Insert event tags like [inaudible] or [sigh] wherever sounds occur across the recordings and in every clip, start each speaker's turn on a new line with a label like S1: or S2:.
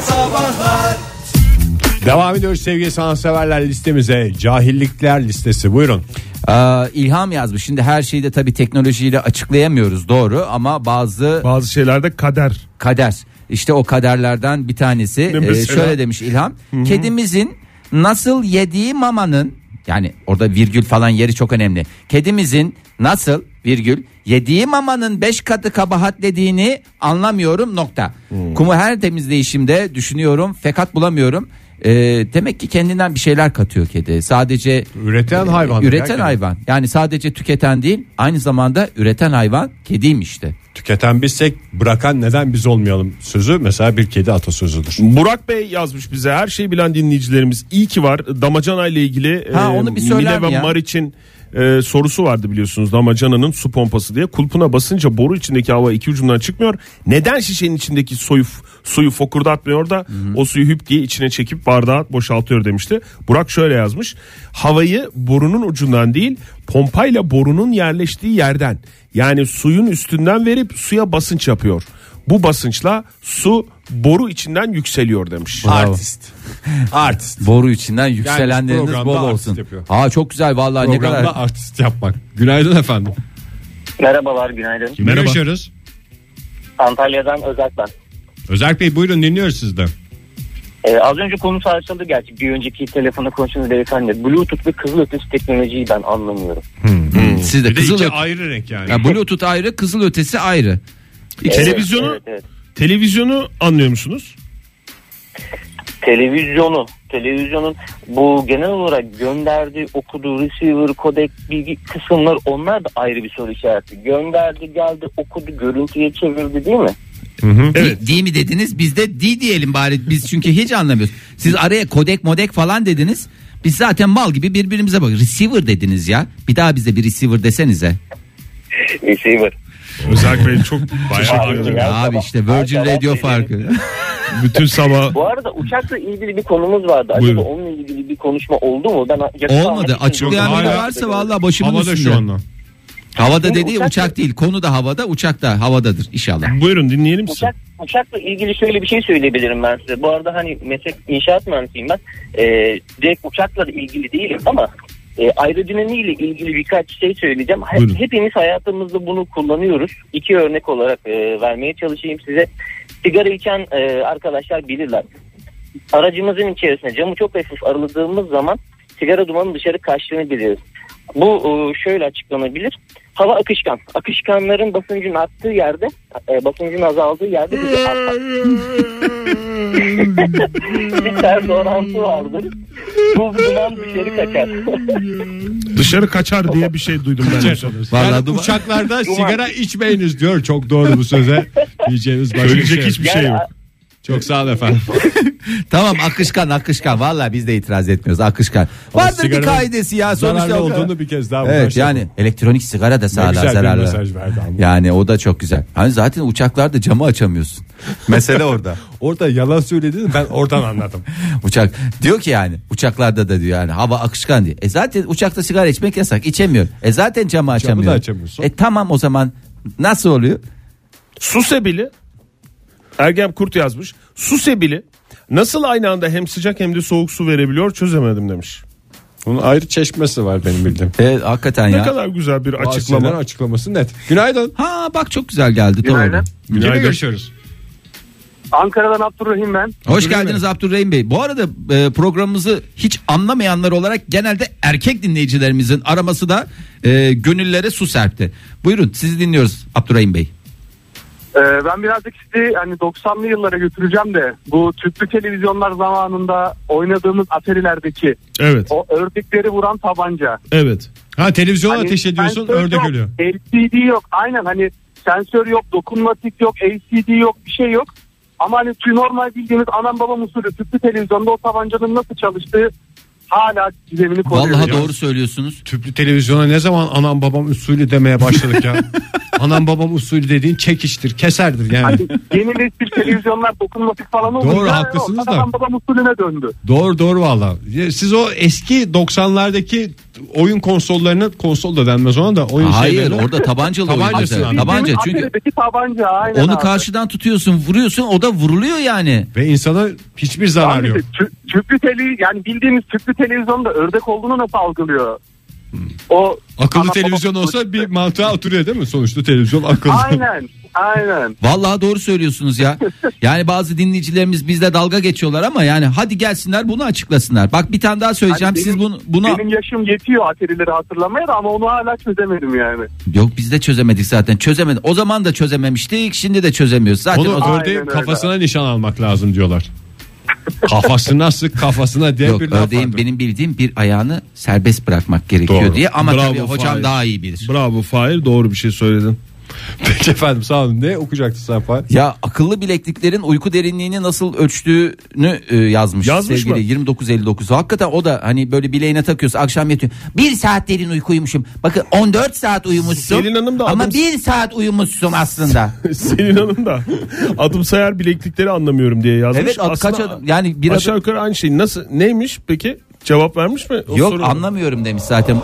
S1: Sabahlar
S2: Devam ediyoruz sevgili sanatseverler listemize. Cahillikler listesi buyurun.
S3: Ee, İlham yazmış. Şimdi her şeyi de tabii teknolojiyle açıklayamıyoruz doğru ama bazı
S4: Bazı şeylerde kader.
S3: kader. İşte o kaderlerden bir tanesi.
S4: Ne
S3: Ee,
S4: mesela?
S3: şöyle demiş İlham. Kedimizin nasıl yediği mamanın yani orada virgül falan yeri çok önemli. Kedimizin nasıl virgül yediği mamanın 5 katı kabahat dediğini anlamıyorum nokta. Kumu her temizleyişimde düşünüyorum fakat bulamıyorum. Ee, demek ki kendinden bir şeyler katıyor kedi. Sadece
S2: Üreten hayvan.
S3: Üreten
S2: derken,
S3: hayvan. Yani sadece tüketen değil, aynı zamanda üreten hayvan kediymiş de.
S2: Tüketen bizsek bırakan neden biz olmayalım sözü mesela bir kedi atasözüdür.
S4: Burak Bey yazmış bize her şeyi bilen dinleyicilerimiz iyi ki var. Damacana ile ilgili e,
S3: Ha, onu bir söyler mi
S4: Mine
S3: ya?
S4: ve Mariç'in e, sorusu vardı biliyorsunuz damacananın su pompası diye. Kulpuna basınca boru içindeki hava iki ucundan çıkmıyor. Neden şişenin içindeki suyu, suyu fokurdatmıyor da o suyu hüp diye içine çekip bardağı boşaltıyor demişti. Burak şöyle yazmış. Havayı borunun ucundan değil pompayla borunun yerleştiği yerden yani suyun üstünden verip suya basınç yapıyor. Bu basınçla su boru içinden yükseliyor demiş.
S2: Artist. Artist.
S3: Boru içinden yükselenleriniz
S2: programda
S3: bol
S2: artist
S3: olsun.
S2: yapıyor.
S3: Ha çok güzel vallahi ne
S2: Programda
S3: kadar.
S2: artist yapmak. Günaydın efendim.
S5: Merhabalar, günaydın.
S2: Kimle
S4: Merhaba.
S2: görüşüyoruz?
S5: Antalya'dan Özak ben.
S2: Özerk Bey buyurun dinliyoruz
S3: E,
S2: sizden.
S5: Ee, az önce konusu açıldı gerçi. Bir önceki telefonda konuştuğunuz beyefendi. Bluetooth ve kızılötesi teknolojiyi ben anlamıyorum.
S3: Siz de
S2: Bir de
S3: kızıl
S2: iki
S3: ötesi.
S2: ayrı renk yani.
S3: Bluetooth ayrı, kızıl ötesi ayrı. E,
S4: televizyonu
S5: Evet, evet.
S4: televizyonu anlıyor musunuz?
S5: Televizyonu, televizyonun bu genel olarak gönderdiği, okuduğu receiver, kodek bilgi kısımlar onlar da ayrı bir soru işareti. Gönderdi, geldi, okudu, görüntüye çevirdi değil mi?
S3: Di, di mi dediniz? Biz de di diyelim bari. Biz çünkü hiç anlamıyoruz. Siz araya kodek modek falan dediniz. Biz zaten mal gibi birbirimize bak. Receiver dediniz ya. Bir daha bize bir receiver desenize.
S5: Receiver.
S4: Özel Bey çok teşekkür ederim.
S5: Ya
S3: Abi
S5: sabah-
S3: işte Virgin
S5: sabah
S3: Radio
S5: dedi.
S3: farkı.
S4: Bütün sabah
S5: Bu arada uçakla ilgili bir konumuz vardı. Acaba
S4: Buyurun.
S5: onunla ilgili bir konuşma oldu mu? Ben yakın
S3: Olmadı.
S5: zamanda-
S3: Açıklayan biri
S2: hala-
S3: varsa vallahi başımın
S2: Havada
S3: üstünde.
S2: şu anda.
S3: Havada
S5: Şimdi
S3: dediği uçak,
S5: uçak-
S3: değil. Konu da havada, uçak da havadadır inşallah.
S2: [laughs]
S4: buyurun dinleyelim sizi.
S5: Uçak, uçakla ilgili şöyle bir şey söyleyebilirim ben size. Bu arada hani meslek inşaat mühendisiyim ben. Ee, direkt uçakla da ilgili değilim ama e, aerodinamiğiyle ilgili birkaç şey söyleyeceğim. He-
S4: Buyurun.
S5: hepimiz hayatımızda bunu kullanıyoruz. İki örnek olarak e, vermeye çalışayım size. Sigara içen e, arkadaşlar bilirler. Aracımızın içerisine camı çok hafif araladığımız zaman sigara dumanı dışarı kaçtığını biliyoruz. Bu e, şöyle açıklanabilir. Hava akışkan. Akışkanların basıncın arttığı yerde, e, basıncın azaldığı yerde bir de artan- [laughs] bir ters orantı vardır. Bu duman dışarı kaçar.
S4: Dışarı kaçar diye bir şey duydum ben.
S3: Vallahi
S2: yani
S3: duman- [laughs]
S2: uçaklarda sigara içmeyiniz diyor. Çok doğru bu söze. Diyeceğiniz başka bir şey.
S4: Söyleyecek
S2: yok.
S4: hiçbir şey yok.
S2: Çok sağ olun efendim.
S3: Tamam akışkan akışkan. Vallahi biz de itiraz etmiyoruz akışkan. Vardır bir
S2: sigaranın
S3: kaidesi ya [laughs] sonuçta.
S2: Zararlı
S3: o kadar-
S2: olduğunu bir kez daha
S3: Evet
S2: uğraşalım.
S3: yani elektronik sigara da
S2: Ne
S3: sağlar
S2: güzel bir
S3: zararlı.
S2: mesaj verdi ama.
S3: Yani o da çok güzel. Hani zaten uçaklarda camı
S2: [laughs]
S3: açamıyorsun. Mesele orada.
S2: Orada yalan söyledi ben oradan anladım.
S3: [laughs] Uçak diyor ki yani uçaklarda da diyor yani hava akışkan diye. E zaten uçakta sigara içmek yasak. içemiyor. E zaten camı açamıyor.
S2: da açamıyorsun.
S3: E tamam o zaman nasıl oluyor?
S4: Su sebili Ergem Kurt yazmış. Su sebili nasıl aynı anda hem sıcak hem de soğuk su verebiliyor çözemedim demiş.
S2: [laughs] Bunun ayrı çeşmesi var benim bildiğim.
S3: E, hakikaten
S4: Ne
S3: ya.
S4: kadar güzel bir
S2: Açıklama.
S4: açıklama.
S2: açıklaması net. Günaydın.
S3: Ha bak çok güzel geldi. Doğru.
S6: Günaydın.
S2: Günaydın.
S4: Günaydın.
S2: görüşüyoruz.
S6: Ankara'dan Abdurrahim ben.
S3: Hoş geldiniz Abdurrahim Bey. Bu arada e, programımızı hiç anlamayanlar olarak genelde erkek dinleyicilerimizin araması da e, gönüllere su serpti. Buyurun sizi dinliyoruz Abdurrahim Bey.
S6: Ee, ben birazcık sizi hani 90'lı yıllara götüreceğim de bu tüplü televizyonlar zamanında oynadığımız aterilerdeki
S4: Evet.
S6: o ördekleri vuran tabanca.
S4: Evet.
S2: Ha televizyona ateş
S6: Hani
S2: ediyorsun
S6: sensör
S2: ördek
S6: yok,
S2: ölüyor.
S6: LCD yok aynen hani sensör yok dokunmatik yok LCD yok bir şey yok. Ama hani tüm normal bildiğimiz anam babam usulü tüplü televizyonda o tabancanın nasıl çalıştığı hala gizemini koruyor.
S3: Vallahi
S6: Ya.
S3: doğru
S6: Şey
S3: söylüyorsunuz.
S2: Tüplü televizyona ne zaman anam babam usulü demeye başladık
S6: [laughs]
S2: ya. anam babam usulü dediğin çekiştir, keserdir yani.
S6: Hani yeni nesil televizyonlar dokunmatik falan olunca
S2: Doğru, haklısınız da.
S6: Anam babam usulüne döndü.
S2: Doğru doğru valla. Ya Siz o eski 90'lardaki oyun konsollarını konsol da denmez ona da oyun
S3: Hayır
S2: şeylerine-
S3: orada tabancalı oyun
S2: Tabancası
S3: güzel.
S2: abi.
S3: Tabanca
S6: Bildiğimiz
S3: çünkü
S6: Atari'deki tabanca aynen
S3: onu
S6: abi.
S3: karşıdan tutuyorsun vuruyorsun o da vuruluyor yani.
S2: ve insana hiçbir zarar
S7: [laughs]
S6: Abi
S2: yok.
S6: tü- tüplü tele yani bildiğimiz tüplü televizyonda ördek olduğunu nasıl algılıyor? O
S2: Akıllı
S6: Ana-
S2: televizyon
S6: baba-
S2: olsa bir mantığa oturuyor değil mi? Sonuçta televizyon akıllı.
S6: Aynen. Aynen.
S3: Vallahi doğru söylüyorsunuz
S6: [laughs]
S3: ya. Yani bazı dinleyicilerimiz bizle dalga geçiyorlar ama yani hadi gelsinler bunu açıklasınlar. Bak bir tane daha söyleyeceğim.
S6: Hani
S3: Siz
S6: benim-
S3: bunu buna
S6: Benim yaşım yetiyor atarileri hatırlamaya da ama onu hala çözemedim yani.
S3: yok biz de çözemedik zaten. Çözemedik. O zaman da çözememiştik. Şimdi de çözemiyoruz. Zaten o
S2: Onu
S3: zaman-
S2: ördeğin
S6: öyle.
S2: kafasına nişan almak lazım diyorlar. kafasına sık kafasına diye
S3: Yok
S2: bir laf
S3: ördeğin
S2: vardır.
S3: benim bildiğim bir ayağını serbest bırakmak gerekiyor
S4: Doğru.
S3: diye ama
S4: Bravo,
S3: tabii hocam
S4: Fahir.
S3: daha iyi bilir.
S4: Bravo Fahir doğru bir şey söyledin.
S2: [laughs] Peki efendim sağ olun. Ne okuyacaktı sen Fahir?
S3: Ya akıllı bilekliklerin uyku derinliğini nasıl ölçtüğünü e, yazmış,
S4: Yazmış
S3: sevgili
S4: mı?
S3: 2959. Hakikaten o da hani böyle bileğine takıyorsun akşam yatıyor. Bir saat derin uykuymuşum. Bakın 14 saat uyumuşsun.
S4: Selin Hanım da
S3: ama
S4: adım-
S3: bir saat uyumuşsun aslında.
S4: [laughs] Selin Hanım da adım sayar bileklikleri anlamıyorum diye yazmış.
S3: evet at- kaç
S4: Aslında
S3: adım yani bir
S4: aşağı
S3: adım-
S4: yukarı aynı şey. Nasıl neymiş peki? Cevap vermiş mi? O
S3: Yok
S4: soru-
S3: anlamıyorum demiş zaten.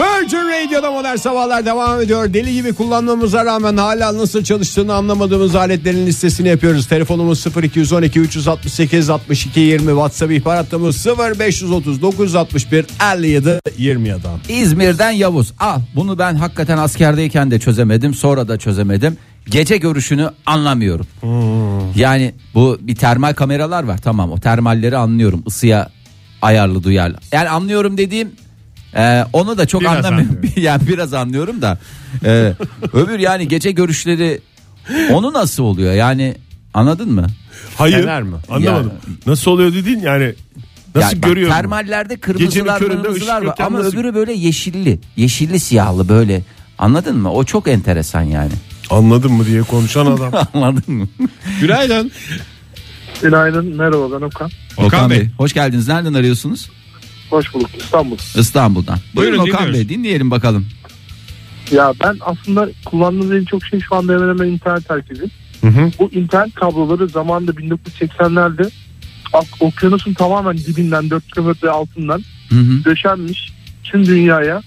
S2: Virgin Radio'da modern sabahlar devam ediyor. Deli gibi kullanmamıza rağmen hala nasıl çalıştığını anlamadığımız aletlerin listesini yapıyoruz. Telefonumuz 0212 368 62 20 WhatsApp ihbar hattımız 0530 961 57 27.
S3: İzmir'den Yavuz. Al bunu ben hakikaten askerdeyken de çözemedim. Sonra da çözemedim. Gece görüşünü anlamıyorum. Yani bu bir termal kameralar var. Tamam o termalleri anlıyorum. Isıya ayarlı duyarlı. Yani anlıyorum dediğim e, onu da çok
S2: Biraz
S3: anlamıyorum. [laughs] yani biraz anlıyorum da. E, öbür yani gece görüşleri onu nasıl oluyor? Yani anladın mı?
S4: Hayır.
S2: Fener mi?
S4: Anlamadım. Nasıl oluyor dediğin yani nasıl
S3: Yani bak,
S4: görüyorum?
S3: Termallerde
S4: Gecenin
S3: kırmızılar
S4: köründe
S3: kırmızılar
S4: ışık
S3: var
S4: yokken
S3: ama
S4: nasıl-
S3: öbürü böyle yeşilli. Yeşilli siyahlı böyle. Anladın mı? O çok enteresan yani. [laughs]
S4: Anladın mı diye konuşan adam.
S3: Anladın mı?
S2: Günaydın.
S6: Günaydın. Merhaba ben Okan.
S2: Okan Bey.
S3: Hoş geldiniz. Nereden arıyorsunuz?
S6: Hoş bulduk. İstanbul.
S3: İstanbul'dan. Buyurun,
S2: Buyurun,
S3: Okan
S2: dinliyoruz.
S3: Bey dinleyelim bakalım.
S6: Ya ben aslında kullandığım en çok şey şu anda hemen hemen internet herkesi. Bu internet kabloları zamanında 1980'lerde ak- okyanusun tamamen dibinden 4 kilometre altından
S3: Hı hı.
S6: döşenmiş tüm dünyaya.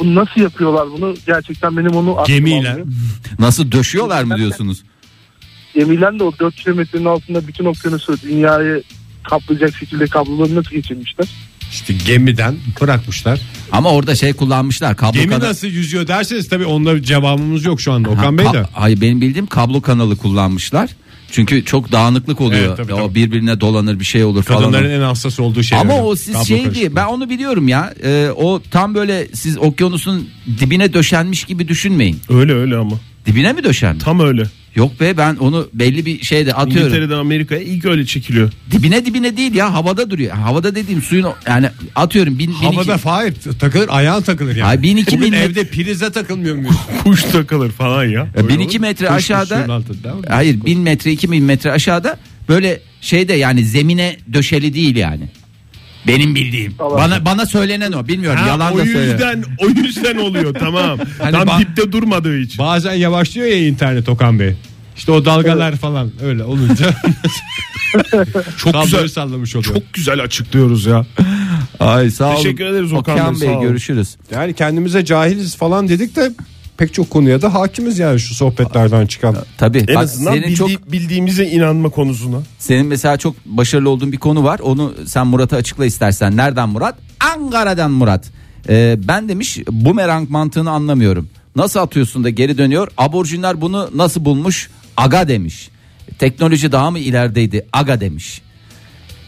S6: Bu nasıl yapıyorlar bunu? Gerçekten benim onu aklım
S2: Gemiyle.
S6: almıyor.
S3: Nasıl döşüyorlar mı diyorsunuz?
S6: Gemiyle de o 4 kilometrenin altında bütün okyanusu dünyayı kaplayacak şekilde kabloları nasıl geçirmişler?
S2: İşte gemiden bırakmışlar.
S3: Ama orada şey kullanmışlar. Kablo
S2: Gemi
S3: kanalı-
S2: nasıl yüzüyor derseniz tabii onda cevabımız yok şu anda Okan Bey de.
S3: Ka- Hayır benim bildiğim kablo kanalı kullanmışlar. Çünkü çok dağınıklık oluyor.
S2: Evet, tabii,
S3: o
S2: tabii.
S3: birbirine dolanır bir şey olur falan.
S2: Kadınların en hassas olduğu şey.
S3: Ama
S2: öyle.
S3: o siz
S2: Kablo
S3: şey
S2: karıştırma.
S3: diye ben onu biliyorum ya. Ee, o tam böyle siz okyanusun dibine döşenmiş gibi düşünmeyin.
S4: öyle öyle ama.
S3: Dibine mi döşenmiş?
S4: Tam öyle.
S3: Yok be ben onu belli bir şeyde atıyorum.
S4: İngiltere'den Amerika'ya ilk öyle çekiliyor.
S3: Dibine dibine değil ya havada duruyor. Havada dediğim suyun o- yani atıyorum bin, bin
S2: Havada
S3: iki-
S2: fahir takılır ayağın takılır yani.
S3: Ay, bin iki
S2: Bugün
S3: bin-
S2: evde prize takılmıyor muyuz?
S4: Kuş takılır falan ya.
S3: Ya
S4: Öyle
S3: 1002
S4: olur.
S3: Ee, metre
S2: Kuş
S3: aşağıda
S2: kuşun altında, değil mi?
S3: hayır 1000 metre 2000 metre aşağıda böyle şeyde yani zemine döşeli değil yani. Benim bildiğim. Bana bana söylenen o. Bilmiyorum
S4: Ha,
S3: yalan
S4: o
S3: da söylüyor.
S4: yüzden o yüzden oluyor
S2: [laughs]
S4: tamam. Tam
S2: Hani ba-
S4: dipte durmadığı için.
S2: Bazen yavaşlıyor ya internet Okan Bey. İşte o dalgalar falan öyle [laughs] olunca
S4: çok
S2: kabloyu
S4: güzel
S2: sallamış oluyor.
S4: çok güzel açıklıyoruz ya.
S3: Ay sağ olun.
S4: Teşekkür ederiz Okan Bey, sağ
S3: Bey
S4: olun.
S3: görüşürüz.
S2: Yani kendimize cahiliz falan dedik de pek çok konuya da hakimiz yani şu sohbetlerden çıkan.
S3: Tabii.
S4: En
S3: bak
S4: azından
S3: senin
S4: bildi-
S3: çok
S4: bildiğimize inanma konusuna.
S3: Senin mesela çok başarılı olduğun bir konu var. Onu sen Murat'a açıkla istersen. Nereden Murat? Ankara'dan Murat. Ee, ben demiş bumerang mantığını anlamıyorum. Nasıl atıyorsun da geri dönüyor? Aborjinler bunu nasıl bulmuş? Aga demiş. Teknoloji daha mı ilerideydi? Aga demiş.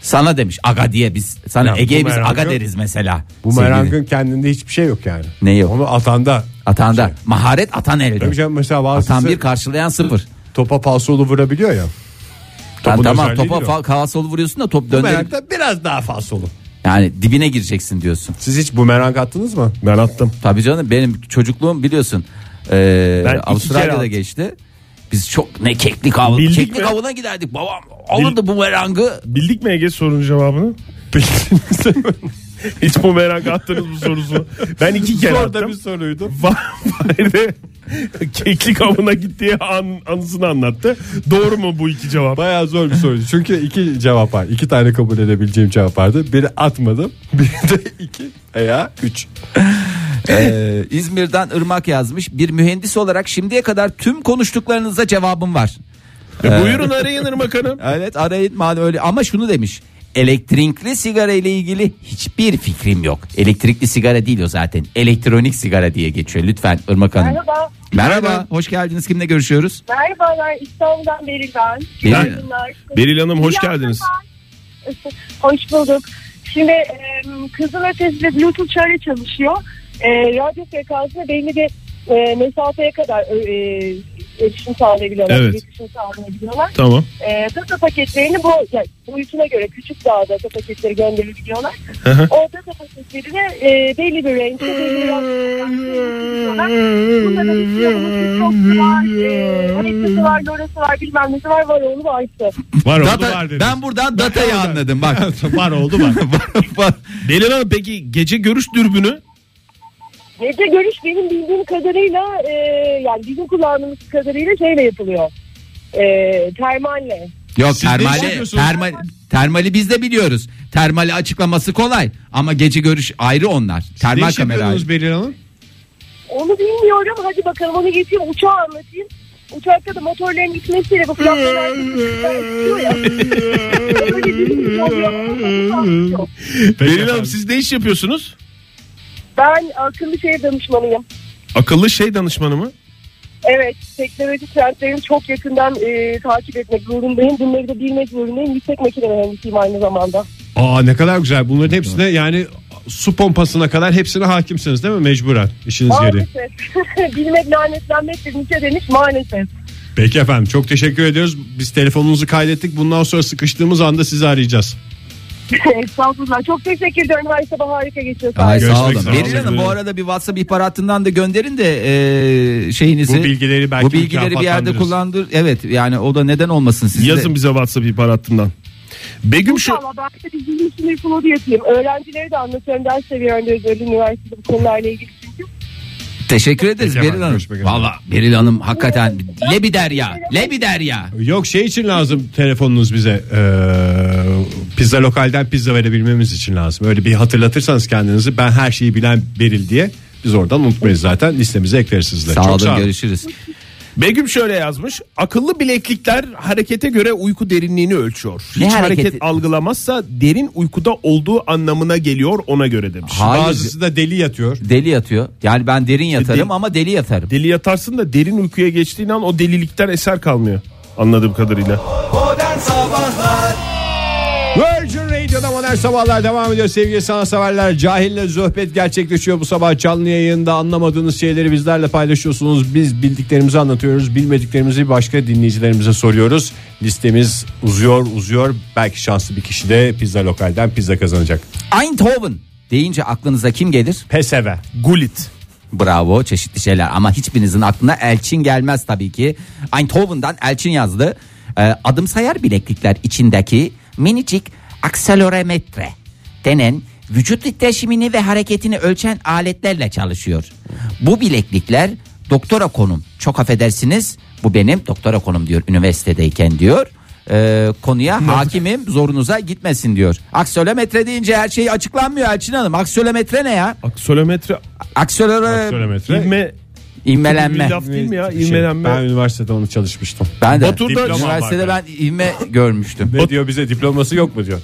S3: Sana demiş aga diye biz sana
S2: Ya,
S3: Ege'ye biz
S2: bumerang
S3: aga
S2: yok.
S3: deriz mesela.
S2: Bu
S3: Sevgili-
S2: merangın kendinde hiçbir şey yok yani.
S3: Ne yok?
S2: Onu atanda.
S3: atanda maharet atan elde.
S2: Tabii canım mesela
S3: Atan
S2: bazısı
S3: bir karşılayan sıfır.
S2: topa falsolu vurabiliyor ya.
S3: Ben tamam
S2: özelliği
S3: topa
S2: yok.
S3: fa- kağa solu vuruyorsun da top
S2: Bu
S3: döndürüp
S2: merangda biraz daha falsolu.
S3: yani dibine gireceksin diyorsun.
S2: Siz hiç bu merang attınız mı?
S4: Ben attım.
S3: Tabii canım benim çocukluğum biliyorsun e,
S4: Ben iki kere
S3: Avustralya'da
S4: aldım.
S3: geçti. Biz çok ne keklik avı,
S4: Bildik
S3: keklik
S4: mi?
S3: avına giderdik. Babam alırdı bu merangı.
S4: Bildik mi Ege sorunun cevabını? [laughs] Hiç bu merak attınız bu sorusu. Ben iki kere
S2: Zor da
S4: attım.
S2: bir soruydu.
S4: Fahir'de Keklik avına gittiği an, anısını anlattı. Doğru mu bu iki cevap? E,
S2: Bayağı zor bir soru. Çünkü iki cevap var. İki tane kabul edebileceğim cevap vardı. Biri atmadım. [laughs] Biri de iki veya üç.
S3: Ee, [laughs] İzmir'den Irmak yazmış. Bir mühendis olarak şimdiye kadar tüm konuştuklarınıza cevabım var.
S4: E, buyurun arayın Irmak Hanım.
S3: Evet arayın madem öyle ama şunu demiş. Elektrikli sigara ile ilgili hiçbir fikrim yok. Elektrikli sigara değil o zaten. Elektronik sigara diye geçiyor. Lütfen Irmak Hanım.
S1: Merhaba.
S3: Merhaba. Hoş geldiniz. Kimle görüşüyoruz?
S1: Merhabalar İstanbul'dan Beril ben.
S3: Beril.
S1: Günaydınlar.
S4: Beril Hanım hoş
S1: İyi
S4: geldiniz.
S1: akşamlar. Hoş bulduk. Şimdi e, kızın ötesinde Bluetooth şöyle çalışıyor. E, radyo frekansını belli bir e, mesafeye kadar e, e, erişim sağlayabiliyorlar.
S4: Evet.
S1: iletişim sağlayabiliyorlar.
S4: Tamam.
S1: E, data paketlerini bu yani, boyutuna göre küçük daha data paketleri gönderebiliyorlar.
S4: Hı hı.
S1: o data paketlerini e, belli bir range'de belli bir radyo Bunların
S4: [laughs]
S1: içinde çok var, e, haritası var, lorası var, bilmem nesi var, var oğlu var işte.
S4: Var oldu
S3: Data-
S4: var dedi.
S3: ben buradan datayı anladım
S2: [laughs]
S3: bak.
S4: Var oldu var.
S3: Bak,
S4: Beril Hanım peki gece görüş dürbünü
S1: Gece görüş benim bildiğim kadarıyla e, yani bizim kullandığımız kadarıyla şeyle yapılıyor. E, termalle.
S3: Yok
S2: ne iş
S3: termali,
S2: yapıyorsunuz?
S3: termal, termali biz de biliyoruz. Termali açıklaması kolay ama gece görüş ayrı onlar. Termal kamera ayrı.
S2: Beril Hanım?
S1: Onu bilmiyorum. Hadi bakalım onu geçeyim. Uçağı anlatayım. Uçakta da motorların gitmesiyle bu flaplar [laughs] şey
S4: Beril Hanım siz ne iş yapıyorsunuz?
S1: Ben akıllı şehir danışmanıyım.
S4: Akıllı şey danışmanı mı?
S1: Evet, teknoloji trendlerini çok yakından e, takip etmek zorundayım. Bunları da bilmek zorundayım. Yüksek makine mühendisiyim aynı zamanda.
S2: Aa ne kadar güzel. Bunların hepsine yani su pompasına kadar hepsine hakimsiniz değil mi mecburen işiniz gereği?
S1: Maalesef. [laughs] Bilmek lanetlenmek bir nice demiş maalesef. [laughs]
S2: Peki efendim çok teşekkür ediyoruz. Biz telefonunuzu kaydettik. Bundan sonra sıkıştığımız anda sizi arayacağız.
S1: Estağfurullah. Çok teşekkür ediyorum. Her sabah harika geçiyor.
S3: Ay,
S2: Görüşmek
S3: sağ olun.
S2: üzere.
S3: Beril Hanım bu arada bir WhatsApp ihbaratından da gönderin de e, şeyinizi.
S2: Bu bilgileri belki
S3: Bu bilgileri bir yerde
S2: mükafatlandırırız.
S3: kullandır. Evet yani o da neden olmasın sizde.
S4: Yazın bize WhatsApp ihbar hattından. Begüm şu
S1: İnşallah ben de bir gün içinde yapıladı yapayım. Öğrencilere de anlatıyorum. Ders seviyemde özellikle üniversitede bu konularla ilgili çünkü.
S3: Teşekkür ederiz
S2: Peki
S3: Beril
S2: efendim,
S3: Hanım.
S2: görüşmek üzere.
S3: Valla Beril Hanım hakikaten lebi derya. Lebi derya.
S2: Yok şey için lazım telefonunuz bize. Ee, pizza lokalden pizza verebilmemiz için lazım. Öyle bir hatırlatırsanız kendinizi ben her şeyi bilen Beril diye biz oradan unutmayız zaten listemize eklersiniz de.
S3: Sağ
S2: Çok
S3: olun görüşürüz.
S4: Begüm şöyle yazmış. Akıllı bileklikler harekete göre uyku derinliğini ölçüyor.
S3: Ne
S4: Hiç
S3: hareketi?
S4: hareket algılamazsa derin uykuda olduğu anlamına geliyor ona göre demiş.
S3: Hayır.
S2: Bazısı da deli yatıyor.
S3: Deli yatıyor. Yani ben
S2: E,
S3: derin yatarım
S4: Deli-
S3: ama deli yatarım.
S4: Deli yatarsın da derin uykuya geçtiğin an o delilikten eser kalmıyor. Anladığım kadarıyla.
S2: Virgin Radio'da modern sabahlar devam ediyor sevgili sanatseverler. Cahille sohbet gerçekleşiyor bu sabah canlı yayında anlamadığınız şeyleri bizlerle paylaşıyorsunuz. Biz bildiklerimizi anlatıyoruz bilmediklerimizi başka dinleyicilerimize soruyoruz. Listemiz uzuyor uzuyor belki şanslı bir kişi de pizza lokalden pizza kazanacak.
S3: Eindhoven deyince aklınıza kim gelir?
S2: Peseve.
S4: Gulit.
S3: Bravo çeşitli şeyler ama hiçbirinizin aklına Elçin gelmez tabii ki. Eindhoven'dan Elçin yazdı. Ee, adımsayar bileklikler içindeki minicik akselerometre denen vücut titreşimini ve hareketini ölçen aletlerle çalışıyor. Bu bileklikler doktora konum çok affedersiniz bu benim doktora konum diyor üniversitedeyken diyor. Ee, konuya hakimim zorunuza gitmesin diyor. Akselerometre deyince her şey açıklanmıyor Elçin Hanım. Akselerometre ne ya?
S4: Aksolometre.
S3: Akselerometre
S2: Kilometre.
S4: İvme.
S3: İvmelenme.
S4: Bir laf değil mi ya?
S2: Şey,
S4: İvmelenme.
S2: ben üniversitede onu çalışmıştım.
S3: Ben de.
S4: Batur'da-
S3: üniversitede
S4: Diplomam
S3: ben ivme görmüştüm.
S2: Ne diyor bize diploması yok mu diyor.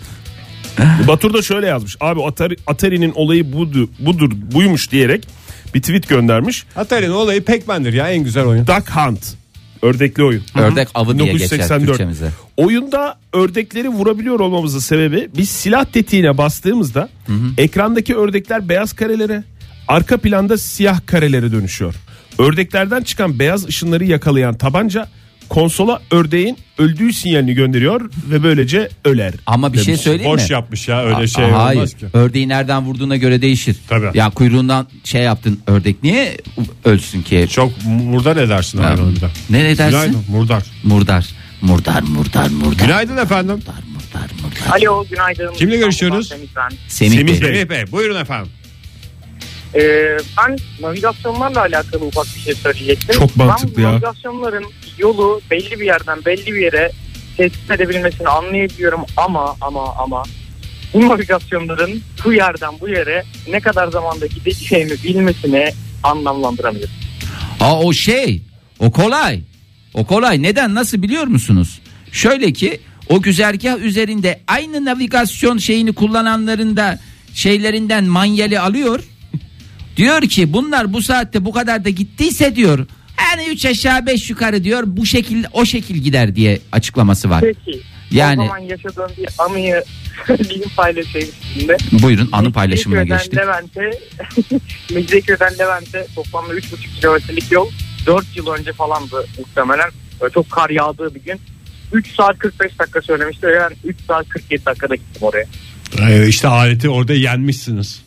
S4: Batur da şöyle yazmış. Abi Atari, Atari'nin olayı budur, budur, buymuş diyerek bir tweet göndermiş.
S2: Atari'nin olayı Pac-Man'dir ya en güzel oyun.
S4: Duck Hunt. Ördekli oyun.
S3: Ördek avı diye geçer
S4: 1984.
S3: Türkçemize.
S4: Oyunda ördekleri vurabiliyor olmamızın sebebi biz silah tetiğine bastığımızda ekrandaki ördekler beyaz karelere, arka planda siyah karelere dönüşüyor. Ördeklerden çıkan beyaz ışınları yakalayan tabanca konsola ördeğin öldüğü sinyalini gönderiyor ve böylece öler.
S3: Ama bir şey söyleyeyim
S2: Boş
S3: mi?
S2: yapmış ya öyle
S3: A-
S2: şey
S3: a- hayır.
S2: olmaz ki.
S3: Ördeği nereden vurduğuna göre değişir.
S2: Tabii.
S3: Ya kuyruğundan şey yaptın ördek niye ölsün ki?
S2: Çok murdar edersin
S3: Ya,
S2: hayvanında.
S3: ne ne dersin?
S2: Günaydın murdar.
S3: Murdar. Murdar murdar murdar.
S2: Günaydın efendim.
S3: Murdar murdar murdar.
S7: Alo günaydın.
S2: Kimle görüşüyoruz?
S7: İstanbul'dan Semih ben.
S3: Semih, Bey.
S2: Bey buyurun efendim.
S8: Ee, ben navigasyonlarla alakalı ufak bir şey söyleyecektim.
S4: Çok mantıklı
S8: ben bu
S4: ya.
S8: navigasyonların yolu belli bir yerden belli bir yere tespit edebilmesini anlayabiliyorum ama ama ama bu navigasyonların bu yerden bu yere ne kadar zamanda gideceğimi bilmesini anlamlandıramıyorum.
S3: Ha o şey, o kolay. O kolay. Neden? Nasıl biliyor musunuz? Şöyle ki o güzergah üzerinde aynı navigasyon şeyini kullananların da şeylerinden manyeli alıyor. diyor ki bunlar bu saatte bu kadar da gittiyse diyor. Yani 3 aşağı 5 yukarı diyor. Bu şekil o şekil gider diye açıklaması var.
S8: Peki.
S3: Yani-
S8: O zaman yaşadığım bir anıyı [laughs] söyleyeyim paylaşayım sizinle.
S3: Buyurun anı paylaşımına
S8: Mecidiyeköy'den
S3: geçtik.
S8: Levent'e, [laughs] Mecidiyeköy'den Levent'e toplamda 3,5 kilometrelik yol 4 yıl önce falandı muhtemelen. Böyle çok kar yağdığı bir gün. 3 saat 45 dakika söylemişti. ve Ben 3 saat 47 dakikada gittim oraya.
S2: Ee, işte aleti orada yenmişsiniz.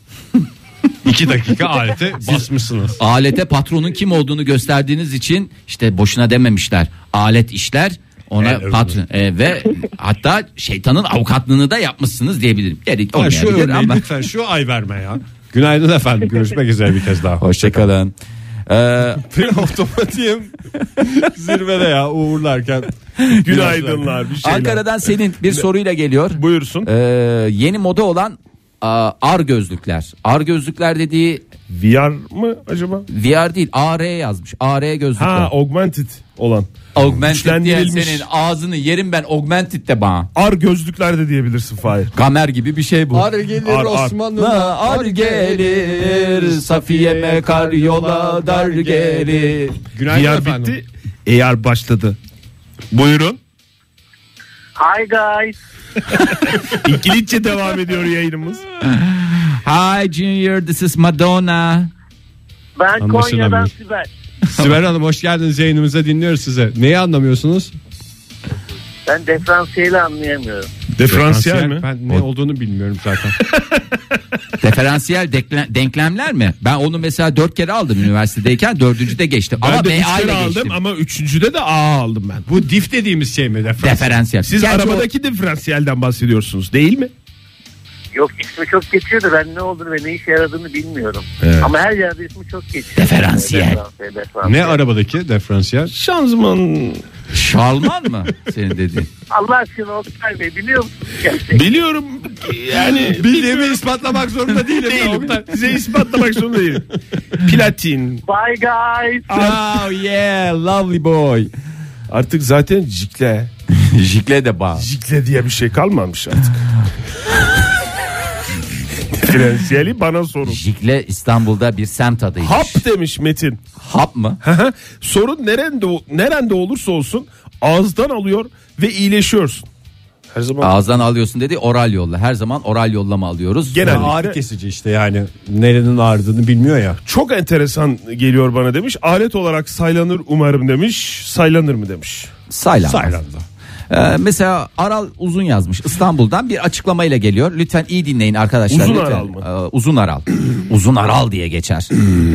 S2: [laughs] İki dakika aleti basmışsınız.
S3: Alete patronun kim olduğunu gösterdiğiniz için işte boşuna dememişler. Alet işler ona
S2: Evet,
S3: patron e, ve hatta şeytanın avukatlığını da yapmışsınız diyebilirim. Gerek
S2: Ha, şu
S3: olmayabilir
S2: örneği
S3: ama.
S2: lütfen şu ay verme ya. Günaydın efendim. Görüşmek üzere bir [laughs] kez daha.
S3: [laughs] Hoşçakalın. Ee,
S2: Benim otomatiğim zirvede ya uğurlarken.
S4: Günaydınlar bir şeyler.
S3: Ankara'dan senin bir soruyla geliyor.
S4: Buyursun.
S3: Ee, yeni moda olan a, ar gözlükler. Ar gözlükler dediği
S4: VR mı acaba?
S3: VR değil AR yazmış. AR gözlükler.
S4: Ha augmented olan.
S3: augmented diyen
S4: güçlendirilmiş.
S3: senin ağzını yerim ben augmented de bana.
S4: Ar gözlükler de diyebilirsin Fahir.
S3: Gamer gibi bir şey bu.
S2: gelir
S4: Ar, ar.
S2: Osmanlı'na,
S3: Ar gelir Safiye'me kar yola dar gelir
S2: Günaydın
S4: VR
S2: efendim.
S4: bitti. AR başladı. Buyurun.
S8: Hi guys.
S4: [laughs] İngilizce devam ediyor yayınımız.
S3: Hi Junior this is Madonna
S8: Ben
S2: Anlaşılamıyor.
S8: Konya'dan Sibel.
S2: Sibel Hanım hoş geldiniz yayınımıza dinliyoruz size. Neyi anlamıyorsunuz?
S7: Ben diferansiyeli anlayamıyorum.
S4: Diferansiyel mi?
S2: Ben ne olduğunu bilmiyorum zaten.
S3: Diferansiyel dekle- denklemler mi? Ben onu mesela dört kere aldım üniversitedeyken dördüncüde geçtim.
S4: Ben
S3: ama
S4: de üç
S3: BA
S4: kere
S3: ile
S4: aldım
S3: geçtim.
S4: ama üçüncüde de A aldım ben.
S2: Bu [laughs] dif dediğimiz şey mi? Referans.
S3: Diferansiyel.
S4: Siz
S3: Gerçi
S4: arabadaki diferansiyelden bahsediyorsunuz değil mi?
S7: Yok ismi çok geçiyordu. Ben ne olduğunu ve ne işe yaradığını bilmiyorum. Ama her yerde ismi çok geçiyor.
S3: Diferansiyel.
S7: Diferansiyel,
S2: Ne
S7: diferansiyel.
S2: arabadaki diferansiyel?
S4: Şanzıman
S3: o Şalman mı senin
S4: [laughs]
S3: dediğin?
S7: Allah aşkına Oktay Bey biliyor musunuz gerçekten?
S4: biliyorum yani
S2: Bildiğimi ispatlamak
S4: [laughs]
S2: zorunda değilim.
S4: değilim. Size ispatlamak zorunda değilim. [laughs] Platin.
S8: Bye guys.
S3: oh yeah lovely boy.
S4: Artık zaten cikle.
S3: Jikle de bağ.
S4: Cikle diye bir şey kalmamış [laughs] artık. Diferansiyeli bana sorun.
S3: Jikle İstanbul'da bir semt adıymış.
S4: Hap demiş Metin.
S3: Hap mı?
S4: Sorun nerede nerede olursa olsun ağızdan alıyor ve iyileşiyorsun. Her zaman
S3: Ağızdan alıyorsun dedi oral yolla. Her zaman oral yollama alıyoruz. Ee,
S4: genel
S2: Ağrı kesici işte yani. Nerenin ağrıdığını bilmiyor ya.
S4: çok enteresan geliyor bana demiş. Alet olarak saylanır umarım demiş. Saylanır mı demiş.
S3: Saylan.
S2: Tayland'da.
S3: Ee, mesela Aral Uzun yazmış. İstanbul'dan bir açıklamayla geliyor. Lütfen iyi dinleyin arkadaşlar.
S4: Uzun
S3: Lütfen.
S4: Aral mı?
S3: Ee, uzun
S4: [clears throat]
S3: Aral. uzun Aral diye geçer.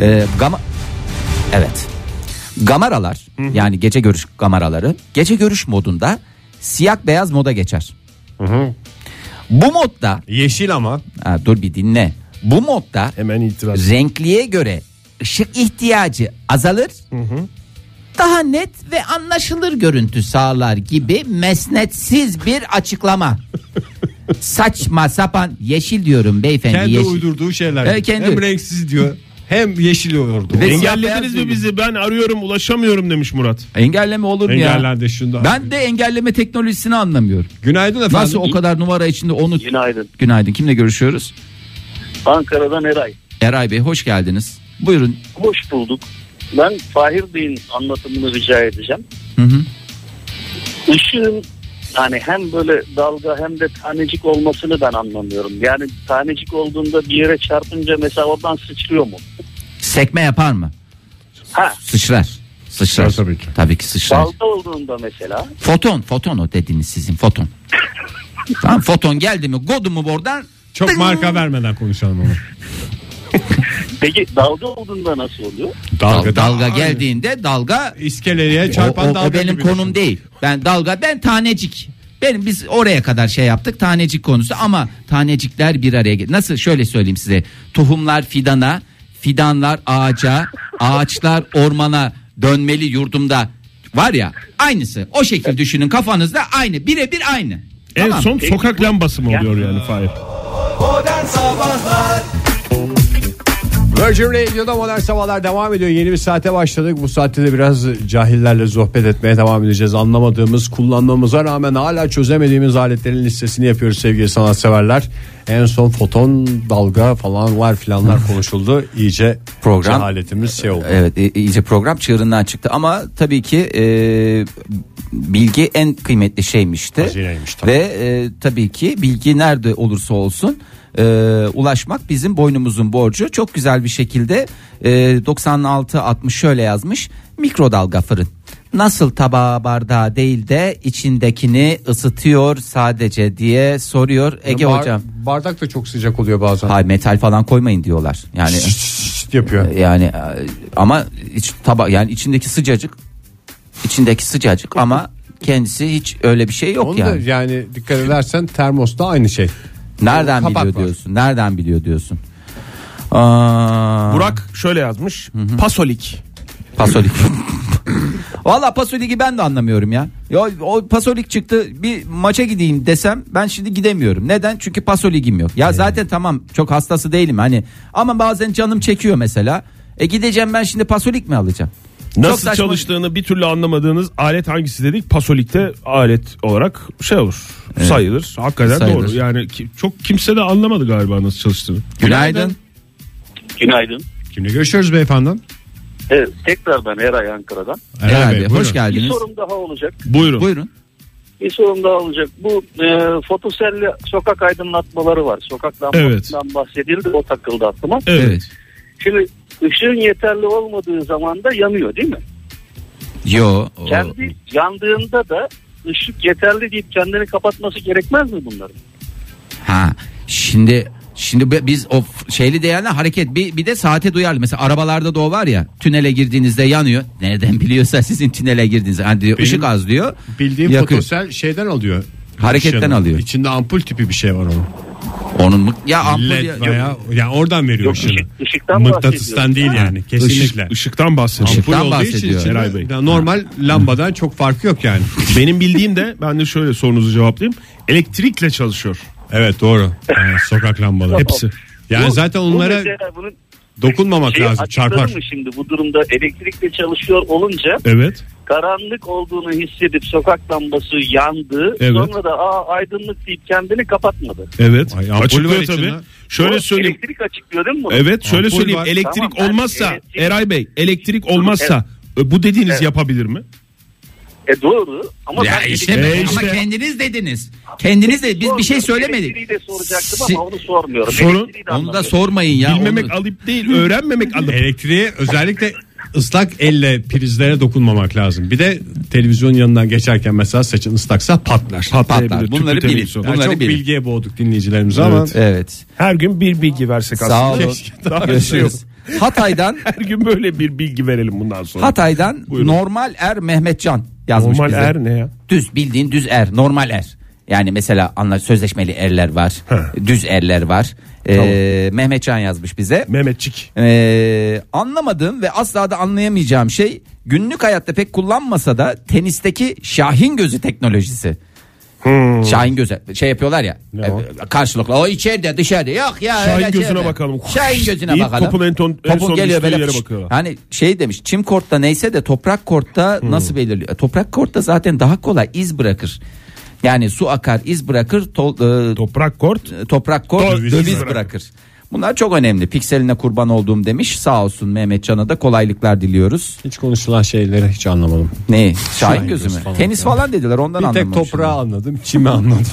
S3: Ee, gama... Evet. Gamaralar yani gece görüş kameraları gece görüş modunda siyah beyaz moda geçer. Bu modda
S2: Yeşil ama.
S3: ha, dur bir dinle. Bu modda
S4: Hemen itiraz.
S3: renkliye göre ışık ihtiyacı azalır. Daha net ve anlaşılır görüntü sağlar gibi mesnetsiz bir [laughs] açıklama. Saçma sapan yeşil diyorum beyefendi.
S2: Kendi
S3: yeşil.
S2: uydurduğu şeyler.
S3: Evet, kendi-
S2: Hem renksiz diyor. Hem yeşil olurdu.
S3: Ve-
S4: Engellediniz mi bizi? Ben arıyorum ulaşamıyorum demiş Murat.
S3: Engelleme olur mu ya?
S2: Engellendi şunda.
S3: Ben de engelleme teknolojisini anlamıyorum.
S2: Günaydın efendim.
S3: Nasıl o kadar numara içinde onu...
S7: Günaydın.
S3: Günaydın. Kimle görüşüyoruz?
S7: Ankara'dan Eray.
S3: Eray Bey hoş geldiniz. Buyurun.
S7: Hoş bulduk. Ben Fahir Bey'in anlatımını rica edeceğim.
S3: Hı hı.
S7: Işığın yani hem böyle dalga hem de tanecik olmasını ben anlamıyorum. Yani tanecik olduğunda bir yere çarpınca mesela oradan sıçrıyor mu?
S3: Sekme yapar mı?
S7: Ha.
S3: Sıçrar. Sıçrar.
S2: Sıçrar tabii ki.
S3: Tabii ki sıçrar.
S7: Dalga olduğunda mesela
S3: Foton, foton o dediğiniz sizin foton. tamam foton geldi mi godu mu oradan?
S2: Çok
S3: Ding!
S2: marka vermeden konuşalım onu.
S7: peki dalga olduğunda nasıl oluyor?
S3: Dal- dalga,
S2: Aynı.
S3: geldiğinde dalga
S2: İskeleye
S3: o,
S2: çarpan
S3: o- o
S2: dalga
S3: benim
S2: gibi şey.
S3: konum
S2: düşün.
S3: değil. Ben dalga ben tanecik. Benim biz oraya kadar şey yaptık tanecik konusu ama tanecikler bir araya gel. Nasıl şöyle söyleyeyim size. Tohumlar fidana, fidanlar ağaca, ağaçlar ormana dönmeli yurdumda var ya aynısı. O şekil düşünün kafanızda aynı birebir aynı.
S4: En
S3: Tamam.
S4: son sokak lambası mı oluyor yani Fahir?
S2: Virgin Radio'da modern sabahlar devam ediyor. Yeni bir saate başladık. Bu saatte de biraz cahillerle sohbet etmeye devam edeceğiz. Anlamadığımız, kullanmamıza rağmen hala çözemediğimiz aletlerin listesini yapıyoruz sevgili sanatseverler. En son foton, dalga falanlar
S3: [laughs]
S2: filanlar konuşuldu. İyice
S3: Program-
S2: cehaletimiz şey oldu.
S3: Evet i- iyice program çığırından çıktı ama tabii ki e, bilgi en kıymetli şeymişti.
S2: Hazineymiş tabii.
S3: Ve e, tabii ki bilgi nerede olursa olsun e, ulaşmak bizim boynumuzun borcu. Çok güzel bir şekilde e, 96-60 şöyle yazmış mikrodalga fırın. Nasıl tabağa bardağı değil de içindekini ısıtıyor sadece diye soruyor Ege
S2: Bar-
S3: hocam.
S2: Bardak da çok sıcak oluyor bazen.
S3: Hay metal falan koymayın diyorlar. Yani
S2: Şşşt yapıyor.
S3: yani e, ama iç taba yani içindeki sıcacık içindeki sıcacık ama kendisi hiç öyle bir şey yok
S2: Onu da
S3: yani.
S2: yani dikkat edersen termos da aynı şey.
S3: Nereden
S2: Kapak
S3: biliyor
S2: var.
S3: diyorsun? Nereden biliyor diyorsun? Aa,
S4: Burak şöyle yazmış. Pasolik.
S3: Pasolik. [laughs] Valla Pasolik'i ben de anlamıyorum ya. ya. O Pasolik çıktı bir maça gideyim desem ben şimdi gidemiyorum. Neden? Çünkü Pasolik'im yok. Ya zaten tamam çok hastası değilim hani. Ama bazen canım çekiyor mesela. E gideceğim ben şimdi Pasolik mi alacağım? Çok
S4: Nasıl
S3: saçma-
S4: çalıştığını bir türlü anlamadığınız alet hangisi dedik? Pasolik'te alet olarak şey olur. Sayılır. Hakikaten
S3: Sayılır.
S4: doğru. Yani ki- çok kimse de anlamadı galiba nasıl çalıştığını.
S3: Günaydın.
S7: Günaydın.
S2: Kimle görüşüyoruz beyefendi?
S7: Evet, tekrardan Eray Ankara'dan.
S3: Herhalde.
S2: Bey, buyurun.
S3: Hoş
S7: Bir
S3: geldiniz.
S7: sorum daha olacak.
S4: Buyurun.
S3: Buyurun.
S7: Bir sorum daha olacak. Bu e, fotoselli sokak aydınlatmaları var. Sokak lambasından bahsedildi. O takıldı aklıma.
S4: Evet.
S7: Şimdi ışığın yeterli olmadığı zaman da yanıyor değil mi?
S3: Yo. o-
S7: Kendi yandığında da ışık yeterli deyip kendini kapatması gerekmez mi bunların?
S3: Ha. Şimdi şimdi bi- biz o f- şeyli değerli hareket bir, bir de saate duyarlı. Mesela arabalarda da o var ya tünele girdiğinizde yanıyor. Nereden biliyorsa sizin tünele girdiğinizde hani diyor, ışık az diyor.
S2: Bildiğim
S3: yakıyor.
S2: fotosel şeyden alıyor.
S3: Hareketten
S2: Şişeden.
S3: alıyor.
S2: İçinde ampul tipi bir şey var onun.
S3: Onun mı- ya ampul
S2: LED
S3: ya-
S2: veya yani oradan veriyor
S7: Yok,
S2: ışını.
S7: ışık- ışıktan
S2: Mıknatıstan
S7: bahsediyorum.
S2: değil yani kesinlikle.
S4: Işık, ışıktan bahsediyor.
S3: Işıktan
S2: olduğu için
S3: bahsediyor
S2: içinde
S4: Eray Bey.
S2: yani normal lambadan çok farkı yok yani.
S4: Benim bildiğim de ben de şöyle sorunuzu cevaplayayım. Elektrikle çalışıyor.
S2: evet doğru. Yani sokak lambaları.
S4: Hepsi.
S2: Yani
S7: Bu-
S2: zaten
S7: bu
S2: onlara
S7: mesela bunun
S2: dokunmamak
S7: şeyi
S2: lazım.
S7: açıkları
S2: Çarpar.
S7: mı şimdi bu durumda elektrikle çalışıyor olunca
S4: Evet.
S7: karanlık olduğunu hissedip sokak lambası yandı.
S4: Evet.
S7: Sonra da aa aydınlık deyip kendini kapatmadı.
S4: Evet.
S2: Ay, ampul var
S4: Açıklıyor
S2: içinde.
S4: tabii. Şöyle
S7: Bu
S4: söyleyeyim.
S7: Elektrik açıklıyor değil mi? bunu?
S4: Evet şöyle
S2: Ampul
S4: söyleyeyim
S2: var.
S4: elektrik
S7: Tamam, ben şey
S4: olmazsa
S7: elektrik-
S4: Eray Bey elektrik olmazsa e, bu dediğiniz yapabilir mi?
S7: E doğru ama
S3: Ya
S7: ben
S3: işte,
S7: elektriği-
S4: E işte.
S3: ama kendiniz dediniz. Kendiniz de biz bir şey
S7: Elektriği
S3: söylemedik.
S7: de soracaktım
S3: Si-
S7: ama onu sormuyorum.
S4: Sorun-
S7: Elektriği de
S3: Onu da
S7: anlamıyorum.
S3: sormayın ya.
S4: Bilmemek
S3: onu-
S4: alıp değil öğrenmemek alıp.
S2: [laughs] Elektriğe özellikle ıslak elle prizlere dokunmamak lazım. Bir de televizyonun yanından geçerken mesela saçın ıslaksa patlar.
S4: Patlayabilir.
S3: Patlar.
S4: Tüplü
S3: Bunları bilin.
S4: televizyon.
S2: Yani
S3: Bunları
S2: çok
S3: bilin.
S2: bilgiye boğduk dinleyicilerimizi ama
S3: Evet.
S4: Her gün bir bilgi versek aslında.
S3: Sağ olun. Görüşürüz. Hatay'dan
S4: Her gün böyle bir bilgi verelim bundan sonra.
S3: Hatay'dan
S4: Buyurun.
S3: normal er Mehmetcan yazmış
S4: Normal
S3: bize.
S4: er ne ya?
S3: Düz bildiğin düz er normal er. Yani mesela anla sözleşmeli erler var. Düz erler var. Ee, Mehmetcan yazmış bize.
S4: Mehmetçik.
S3: Ee, anlamadığım ve asla da anlayamayacağım şey günlük hayatta pek kullanmasa da tenisteki Şahin gözü teknolojisi.
S4: Hmm.
S3: Şahin gözü şey yapıyorlar ya e, karşılıklı o içeride dışarıda yok ya
S4: Şahin
S3: öyle
S4: gözüne
S3: şey mi?
S4: bakalım.
S3: Şahin gözüne
S4: Deyip
S3: bakalım
S4: topun en ton- en son düştüğü yere
S3: fış.
S4: bakıyorlar.
S3: hani şey demiş çim kortta neyse de toprak kortta
S4: Hmm.
S3: nasıl belirliyor E, toprak kortta zaten daha kolay iz bırakır yani su akar iz bırakır to- e,
S4: Toprak kort.
S3: toprak kor
S4: Döviz
S3: döviz,
S4: bırakır.
S3: bırakır. Bunlar çok önemli. Pikseline kurban olduğum demiş. Sağ olsun Mehmet Can'a da kolaylıklar diliyoruz.
S2: hiç konuşulan şeyleri hiç anlamadım.
S3: Ne? Şahin
S2: gözü
S3: gözü mü?
S2: falan.
S3: Tenis falan dediler ondan
S2: Bir tek
S3: anlamamışım.
S2: toprağı anladım, çimi anladım.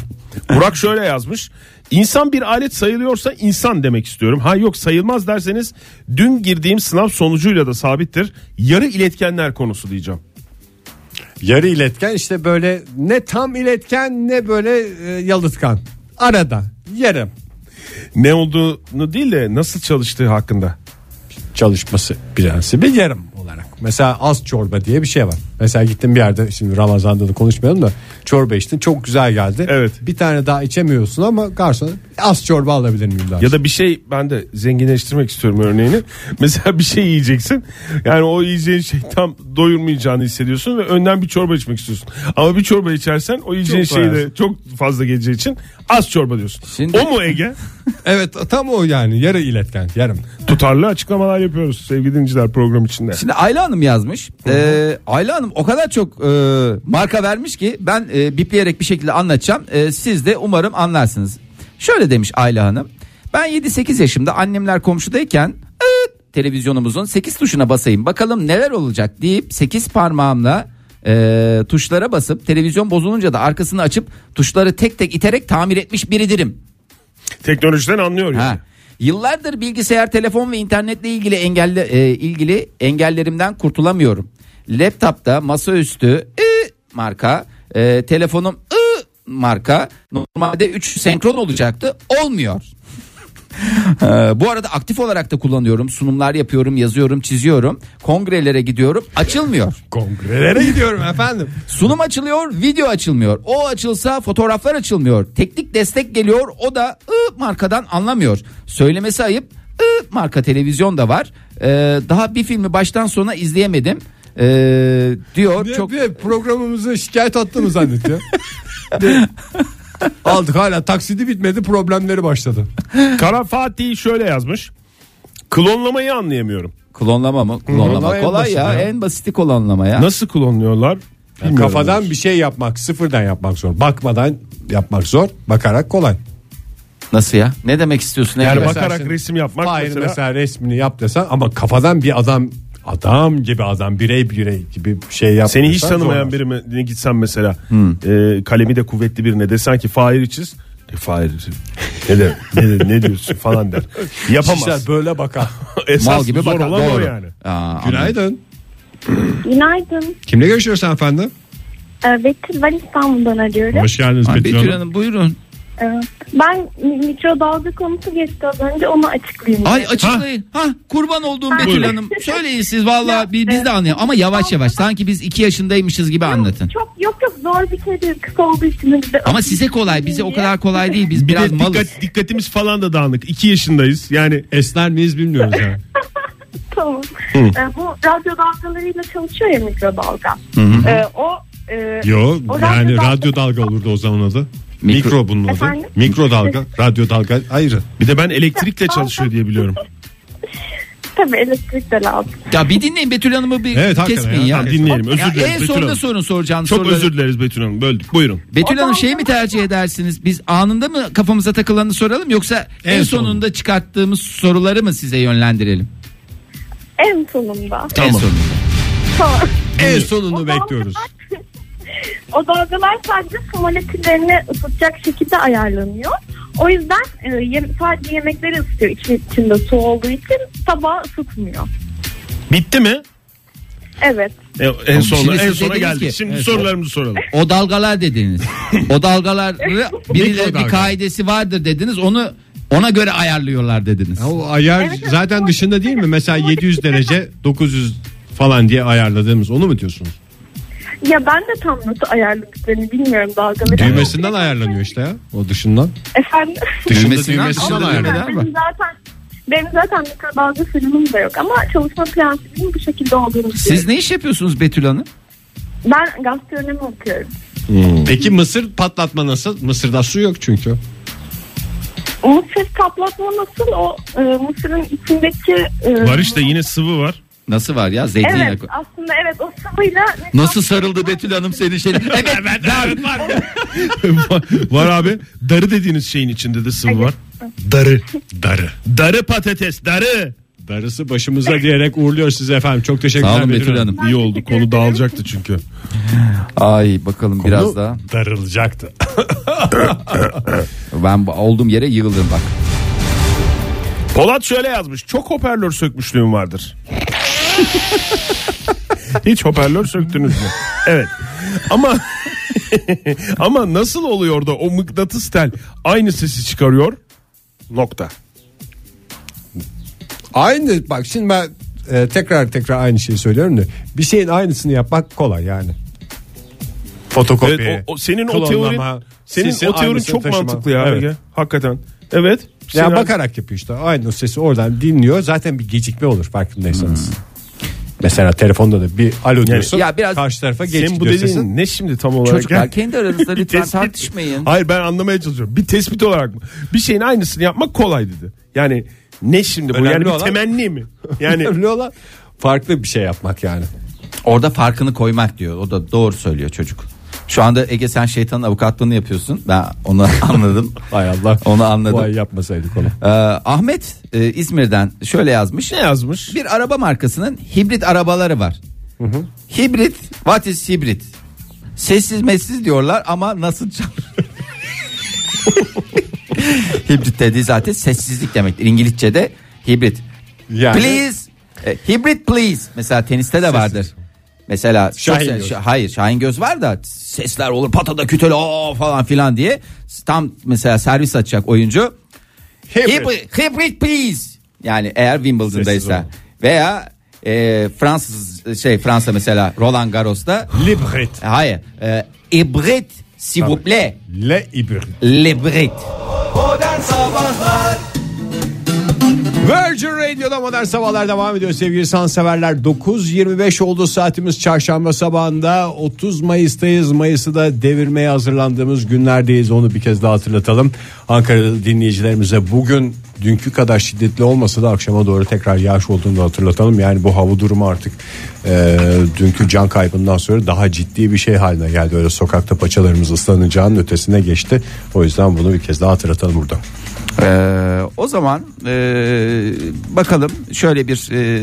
S4: Burak şöyle yazmış. İnsan bir alet sayılıyorsa insan demek istiyorum. Ha yok sayılmaz derseniz dün girdiğim sınav sonucuyla da sabittir. Yarı iletkenler konusu diyeceğim.
S2: [laughs] Yarı iletken işte böyle ne tam iletken ne böyle e, yalıtkan. Arada yarım
S4: Ne olduğunu değil de nasıl çalıştığı hakkında.
S2: çalışması prensibi yarım olarak. Mesela az çorba diye bir şey var. Mesela gittim bir yerde şimdi Ramazan'da da konuşmayalım da çorba içtin çok güzel geldi.
S4: Evet.
S2: Bir tane daha içemiyorsun ama garson az çorba alabilir miyim daha?
S4: Ya da bir şey ben de zenginleştirmek istiyorum örneğini. [laughs] Mesela bir şey yiyeceksin. Yani o yiyeceğin şey tam doyurmayacağını hissediyorsun ve önden bir çorba içmek istiyorsun. Ama bir çorba içersen o yiyeceğin
S2: Çok
S4: şey de
S2: doyarsın.
S4: çok fazla geleceği için az çorba diyorsun.
S3: Şimdi-
S4: O mu Ege?
S2: [laughs] Evet tam o yani yarı iletken yarım.
S4: Tutarlı açıklamalar yapıyoruz sevgili dinleyiciler program içinde.
S3: Şimdi Ayla Hanım yazmış. Ee, Ayla Hanım o kadar çok e, marka vermiş ki ben e, bipleyerek bir şekilde anlatacağım. E, siz de umarım anlarsınız. Şöyle demiş Ayla Hanım. Ben 7-8 yaşımda annemler komşudayken "Iıt!" televizyonumuzun 8 tuşuna basayım bakalım neler olacak deyip 8 parmağımla e, tuşlara basıp televizyon bozulunca da arkasını açıp tuşları tek tek iterek tamir etmiş biridirim.
S4: Teknolojiden anlıyor yani.
S3: Ha. Yıllardır bilgisayar, telefon ve internetle ilgili engelli e, ilgili engellerimden kurtulamıyorum. Laptopta masaüstü ı marka, e, telefonum ı marka normalde 3 senkron olacaktı. Olmuyor. [laughs] Ee, bu arada aktif olarak da kullanıyorum. Sunumlar yapıyorum, yazıyorum, çiziyorum. Kongrelere gidiyorum. Açılmyor.
S2: Kongrelere gidiyorum efendim.
S3: Sunum açılıyor, video açılmıyor. O açılsa fotoğraflar açılmıyor. Teknik destek geliyor, o da ı markadan anlamıyor. Söylemesi ayıp, ı marka televizyon da var. Ee, daha bir filmi baştan sona izleyemedim. Ee, diyor
S2: Çok
S3: çok
S2: bir programımızı şikayet attığını
S4: [laughs]
S2: zannetiyor. Aldık hala taksidi bitmedi problemleri başladı.
S4: Kara Fatih şöyle yazmış. Klonlamayı anlayamıyorum.
S3: klonlama mı? Klonlama
S2: en
S3: kolay
S2: basit
S3: ya.
S2: ya.
S3: En basiti klonlama ya.
S4: Nasıl klonluyorlar? Bilmiyorum.
S2: Kafadan bir şey yapmak sıfırdan yapmak zor. Bakmadan yapmak zor. Bakarak kolay.
S3: Nasıl ya? Ne demek istiyorsun?
S4: yani
S3: Emre?
S2: Mesela
S4: bakarak
S2: şimdi-
S4: resim yapmak
S2: Fahir
S4: mesela.
S2: mesela, resmini yap desen ama kafadan bir adam adam gibi adam birey birey gibi bir şey yap.
S4: Seni hiç
S2: desen
S4: tanımayan
S2: zor.
S4: birine gitsen mesela e, kalemi de kuvvetli birine desen ki Fahir çiz. E, Fahir ne, de, ne, de- ne diyorsun
S2: [laughs]
S4: falan der.
S2: Şişler
S4: Yapamaz.
S2: böyle bakar.
S4: [laughs] Esas
S3: Mal gibi
S4: zor
S3: bakan-
S4: olan o
S3: doğru.
S4: yani.
S3: Aa,
S2: Günaydın.
S1: [clears throat] Günaydın.
S2: Kimle görüşüyorsun efendim?
S1: Ee, Betül ben İstanbul'dan arıyorum.
S2: Hoş geldiniz
S3: Ay,
S2: Betül
S3: Betül
S2: Hanım.
S3: Hanım buyurun.
S1: Ee, ben mi- mikrodalga konusu geçti az önce onu açıklayayım.
S3: Ay açıklayın. Ha, kurban olduğum
S1: Ha.
S3: Betül
S1: Buyurun.
S3: Hanım. Söyleyin siz vallahi
S1: Ya,
S3: bi- biz de anlayalım ama yavaş yavaş sanki biz iki yaşındaymışız gibi anlatın.
S1: Çok yok yok zor bir şey değil kısa olduğu için. hani bir-
S3: Ama size kolay bize o kadar kolay değil biz biraz
S4: bir de
S3: malız.
S4: dikkat, dikkatimiz falan da dağınık. 2 yaşındayız. Yani
S2: Esner miyiz bilmiyoruz
S4: [laughs]
S2: yani.
S1: Tamam. Ee, bu radyo dalgalarıyla çalışıyor ya mikrodalga. Ee, o e,
S2: Yo
S1: O radyo
S2: yani
S1: dalga-
S2: radyo dalga olurdu o zaman adı.
S3: Mikro-
S2: Mikro, bunun adı.
S1: Efendim?
S2: Mikro dalga, radyo dalga ayrı.
S4: bir de ben elektrikle çalışıyor diye biliyorum.
S1: tabii elektrik de lazım.
S3: Ya bir dinleyin Betül Hanım'ı bir
S2: Evet, hakikaten
S3: kesmeyin ya.
S2: ya,
S4: Tamam, dinleyelim. Özür
S3: Ya
S4: dileriz
S3: en
S4: Betül
S3: sonunda
S4: Hanım.
S3: sorun soracağınız
S4: Çok
S3: soruları.
S4: özür dileriz Betül Hanım. Böldük. Buyurun.
S3: Betül Hanım
S1: Adam-
S3: şeyi mi tercih edersiniz? Biz anında mı kafamıza takılanı soralım yoksa en,
S2: En
S3: sonunda çıkarttığımız soruları mı size yönlendirelim?
S1: En sonunda.
S3: En sonunda.
S1: Tamam.
S2: En sonunu
S1: O
S2: bekliyoruz.
S1: [laughs] O dalgalar sadece su moleküllerini ısıtacak şekilde ayarlanıyor. O yüzden e, yem- sadece yemekleri ısıtıyor içi- içinde su olduğu için tabağı ısıtmıyor.
S4: Bitti mi?
S1: Evet.
S4: E, en
S3: şimdi
S4: sona en
S3: siz
S4: sona
S3: dediniz
S4: geldik.
S3: şey ki-
S4: Şimdi
S3: Evet.
S4: sorularımızı soralım.
S3: O dalgalar dediniz. o dalgaları birileri bir
S2: Mikrodalga.
S3: kaidesi vardır dediniz. Onu ona göre ayarlıyorlar dediniz.
S2: Ya o ayar
S1: Evet, evet.
S2: zaten dışında değil mi? Mesela 700 derece 900 falan diye ayarladığımız onu mu diyorsunuz?
S1: Ya ben de tam nasıl ayarladıklarını bilmiyorum dalgaları.
S2: Düğmesinden ayarlanıyor işte ya. O dışından.
S1: Efendim.
S2: Dışında
S3: Düğmesinden-
S2: düğmesinden
S3: Ama
S2: ayarlanıyor.
S3: düğmeden-
S1: benim zaten benim zaten mikrodalga fırınım da yok ama çalışma prensibim bu şekilde olduğunu
S3: Siz
S1: düşünüyorum.
S3: ne iş yapıyorsunuz Betül Hanım?
S1: Ben gastronomi okuyorum.
S2: Peki mısır patlatma nasıl? Mısırda su yok çünkü.
S1: Mısır kaplatma nasıl? O e, mısırın içindeki... e,
S4: Barış'ta yine sıvı var.
S3: Nasıl var ya zeytinyağı?
S1: Evet
S3: koy-
S1: aslında evet o sıvıyla...
S3: Nasıl sarıldı Betül Hanım senin şeyin? Evet.
S4: [laughs] var, var abi. Darı dediğiniz şeyin içinde de sıvı var.
S2: Darı. Darı.
S4: Darı patates, darı.
S2: Darısı başımıza diyerek uğurluyor sizi efendim. Çok teşekkürler.
S3: Sağ olun Betül Hanım.
S4: İyi oldu. Konu dağılacaktı çünkü.
S3: Ay bakalım biraz daha.
S2: Darılacaktı.
S3: Ben bu- olduğum yere yığıldım bak.
S4: Polat şöyle yazmış. Çok hoparlör sökmüşlüğüm vardır. [laughs] Hiç hoparlör söktünüz mü? Evet. Ama [laughs] ama nasıl oluyor da o mıknatıs tel aynı sesi çıkarıyor? Nokta.
S2: Aynı bak şimdi ben e, tekrar tekrar aynı şeyi söylüyorum da bir şeyin aynısını yapmak kolay yani. Fotokopi.
S4: Evet, o, o- senin o
S2: klonlama,
S4: teorin senin
S2: sisi
S4: o teorin
S2: aynısını
S4: çok
S2: taşıma.
S4: mantıklı ya.
S2: Evet.
S4: Ege. Hakikaten. Evet.
S2: Ya
S4: Sinan-
S2: bakarak yapıyor işte. Aynı o sesi oradan dinliyor. Zaten bir gecikme olur farkındaysanız.
S4: Hmm.
S2: Mesela telefonda da bir alo diyorsun.
S3: ya biraz-
S2: karşı tarafa geç
S4: Senin bu
S2: gidiyor
S4: dediğin
S2: sesin.
S4: ne şimdi tam olarak?
S3: Çocuklar
S4: Yani-
S3: kendi aranızda [laughs]
S4: Bir
S3: lütfen
S4: tespit-
S3: tartışmayın.
S4: Hayır ben anlamaya çalışıyorum. Bir tespit olarak mı? Bir şeyin aynısını yapmak kolay dedi. Yani ne şimdi bu?
S2: Önemli
S4: yani bir
S2: olan-
S4: temenni mi?
S2: [laughs]
S4: Yani
S2: Önemli olan farklı bir şey yapmak yani.
S3: Orada farkını koymak diyor. O da doğru söylüyor çocuk. Şu anda Ege sen şeytanın avukatlığını yapıyorsun. Ben onu [laughs] anladım.
S2: Hay Allah.
S3: Onu anladım.
S2: Vay yapmasaydık onu.
S3: Ee, Ahmet e, İzmir'den şöyle yazmış.
S4: ne yazmış?
S3: Bir araba markasının hibrit arabaları var. Hibrit, what is hibrit? Sessiz messiz diyorlar ama nasıl çalıyor? [laughs] hibrit dediği zaten sessizlik demektir. İngilizce'de hibrit.
S2: Yani-
S3: Please, e, hibrit please. Mesela teniste de vardır. Mesela çok
S2: Şahin
S3: se-
S2: göz.
S3: şa- hayır Şahin Göz var da sesler olur patada kütüle o falan filan diye. Tam mesela servis açacak oyuncu. Hybrid, hybrid please. Yani eğer Wimbledon'daysa veya e, Fransız şey Fransa mesela Roland Garros'ta
S2: Libret.
S3: hayır e, hybrid s'il vous plaît
S2: Le ibrit.
S3: hybrid.
S2: Virgin Radio'da modern sabahlar devam ediyor sevgili sanseverler. 9.25 oldu saatimiz çarşamba sabahında 30 Mayıs'tayız. Mayıs'ı da devirmeye hazırlandığımız günlerdeyiz onu bir kez daha hatırlatalım. Ankara'da dinleyicilerimize bugün dünkü kadar şiddetli olmasa da akşama doğru tekrar yağış olduğunu da hatırlatalım. Yani bu hava durumu artık e, dünkü can kaybından sonra daha ciddi bir şey haline geldi. Öyle sokakta paçalarımız ıslanacağının ötesine geçti. O yüzden bunu bir kez daha hatırlatalım burada.
S3: Ee, o zaman e, bakalım şöyle bir e,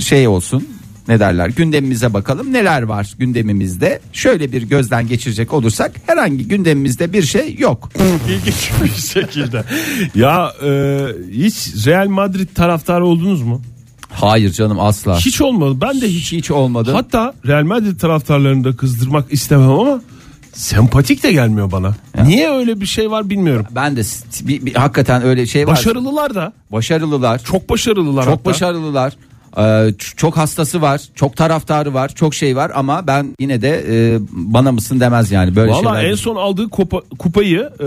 S3: şey olsun. Ne derler? Gündemimize bakalım. Neler var gündemimizde? Şöyle bir gözden geçirecek olursak herhangi gündemimizde bir şey yok.
S4: [laughs] İlginç bir şekilde. ya e, hiç Real Madrid taraftarı oldunuz mu?
S3: Hayır canım asla.
S4: Hiç olmadı. Ben de hiç.
S3: hiç, hiç olmadı.
S4: Hatta Real Madrid taraftarlarını da kızdırmak istemem ama sempatik de gelmiyor bana. Niye öyle bir şey var bilmiyorum.
S3: ben de s- bir, bir- hakikaten öyle şey var.
S4: Başarılılar da.
S3: Başarılılar. Çok,
S4: Çok başarılılar
S3: çok
S4: hatta.
S3: başarılılar. Ee, ç- çok hastası var, çok taraftarı var, çok şey var ama ben yine de e, bana mısın demez yani böyle
S4: Valla
S3: şeyler.
S4: en son aldığı kupa- kupayı e,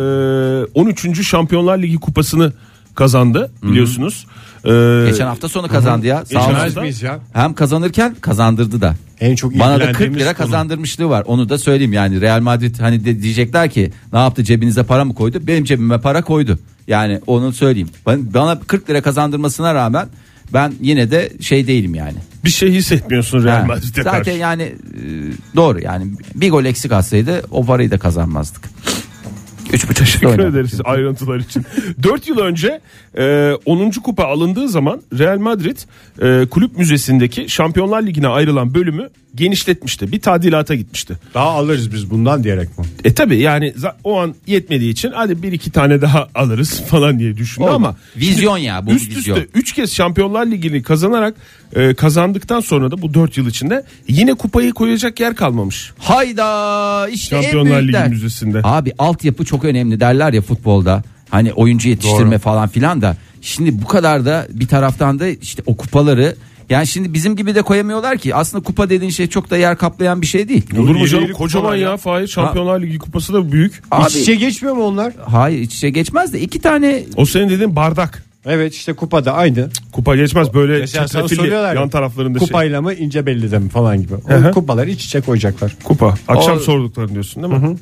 S4: 13. Şampiyonlar Ligi kupasını kazandı biliyorsunuz. E,
S3: Geçen hafta sonu kazandı ya. Sağ
S4: Geçen
S3: olsun.
S4: hafta-
S2: Biz ya.
S3: Hem kazanırken kazandırdı da.
S2: En çok
S3: Bana da 40
S4: ilgilendiğimiz
S3: lira
S4: konu.
S3: kazandırmışlığı var. Onu da söyleyeyim yani Real Madrid hani de diyecekler ki ne yaptı cebinize para mı koydu? Benim cebime para koydu. Yani onu söyleyeyim. Ben- Bana 40 lira kazandırmasına rağmen ben yine de şey değilim yani.
S4: bir şey hissetmiyorsun Real
S3: Ha.
S4: Madrid'e
S3: Zaten
S4: karşı.
S3: yani e, doğru yani bir gol eksik atsaydı o parayı da kazanmazdık. Üç buçuk
S4: Teşekkür
S3: oynadı.
S4: ederiz ayrıntılar için. [laughs] 4 yıl önce e, 10. kupa alındığı zaman Real Madrid e, kulüp müzesindeki Şampiyonlar Ligi'ne ayrılan bölümü genişletmişti. Bir tadilata gitmişti.
S2: Daha alırız biz bundan diyerek mi?
S4: E tabi yani za- o an yetmediği için hadi bir iki tane daha alırız [laughs] falan diye düşündü
S3: Oldu.
S4: ama
S3: Vizyon ya bu
S4: üst
S3: vizyon.
S4: üste 3 kez Şampiyonlar Ligi'ni kazanarak e, kazandıktan sonra da bu 4 yıl içinde yine kupayı koyacak yer kalmamış.
S3: Hayda işte en
S4: Şampiyonlar Ligi
S3: büyükler.
S4: müzesinde.
S3: Abi altyapı çok önemli derler ya futbolda. Hani oyuncu yetiştirme falan filan da. Şimdi bu kadar da bir taraftan da işte o kupaları yani şimdi bizim gibi de koyamıyorlar ki. Aslında kupa dediğin şey çok da yer kaplayan bir şey değil.
S4: Olur mu
S2: yeni
S4: canım
S2: yeni
S4: kocaman
S2: kupalar
S4: ya
S2: ya.
S4: Fahir Şampiyonlar Ligi kupası da büyük.
S3: Abi
S2: İç içe geçmiyor mu onlar?
S3: hayır iç içe geçmez de iki tane
S4: O senin dediğin bardak.
S2: Evet işte kupada aynı.
S4: Kupa geçmez böyle
S2: Mesela sana
S4: çetrefilli
S2: soruyorlar ya,
S4: yan taraflarında şey.
S2: Kupayla mı ince bellide mi falan gibi. O
S4: hı.
S2: kupaları iç içe koyacaklar.
S4: Kupa. Akşam
S3: O-
S4: sorduklarını diyorsun değil mi?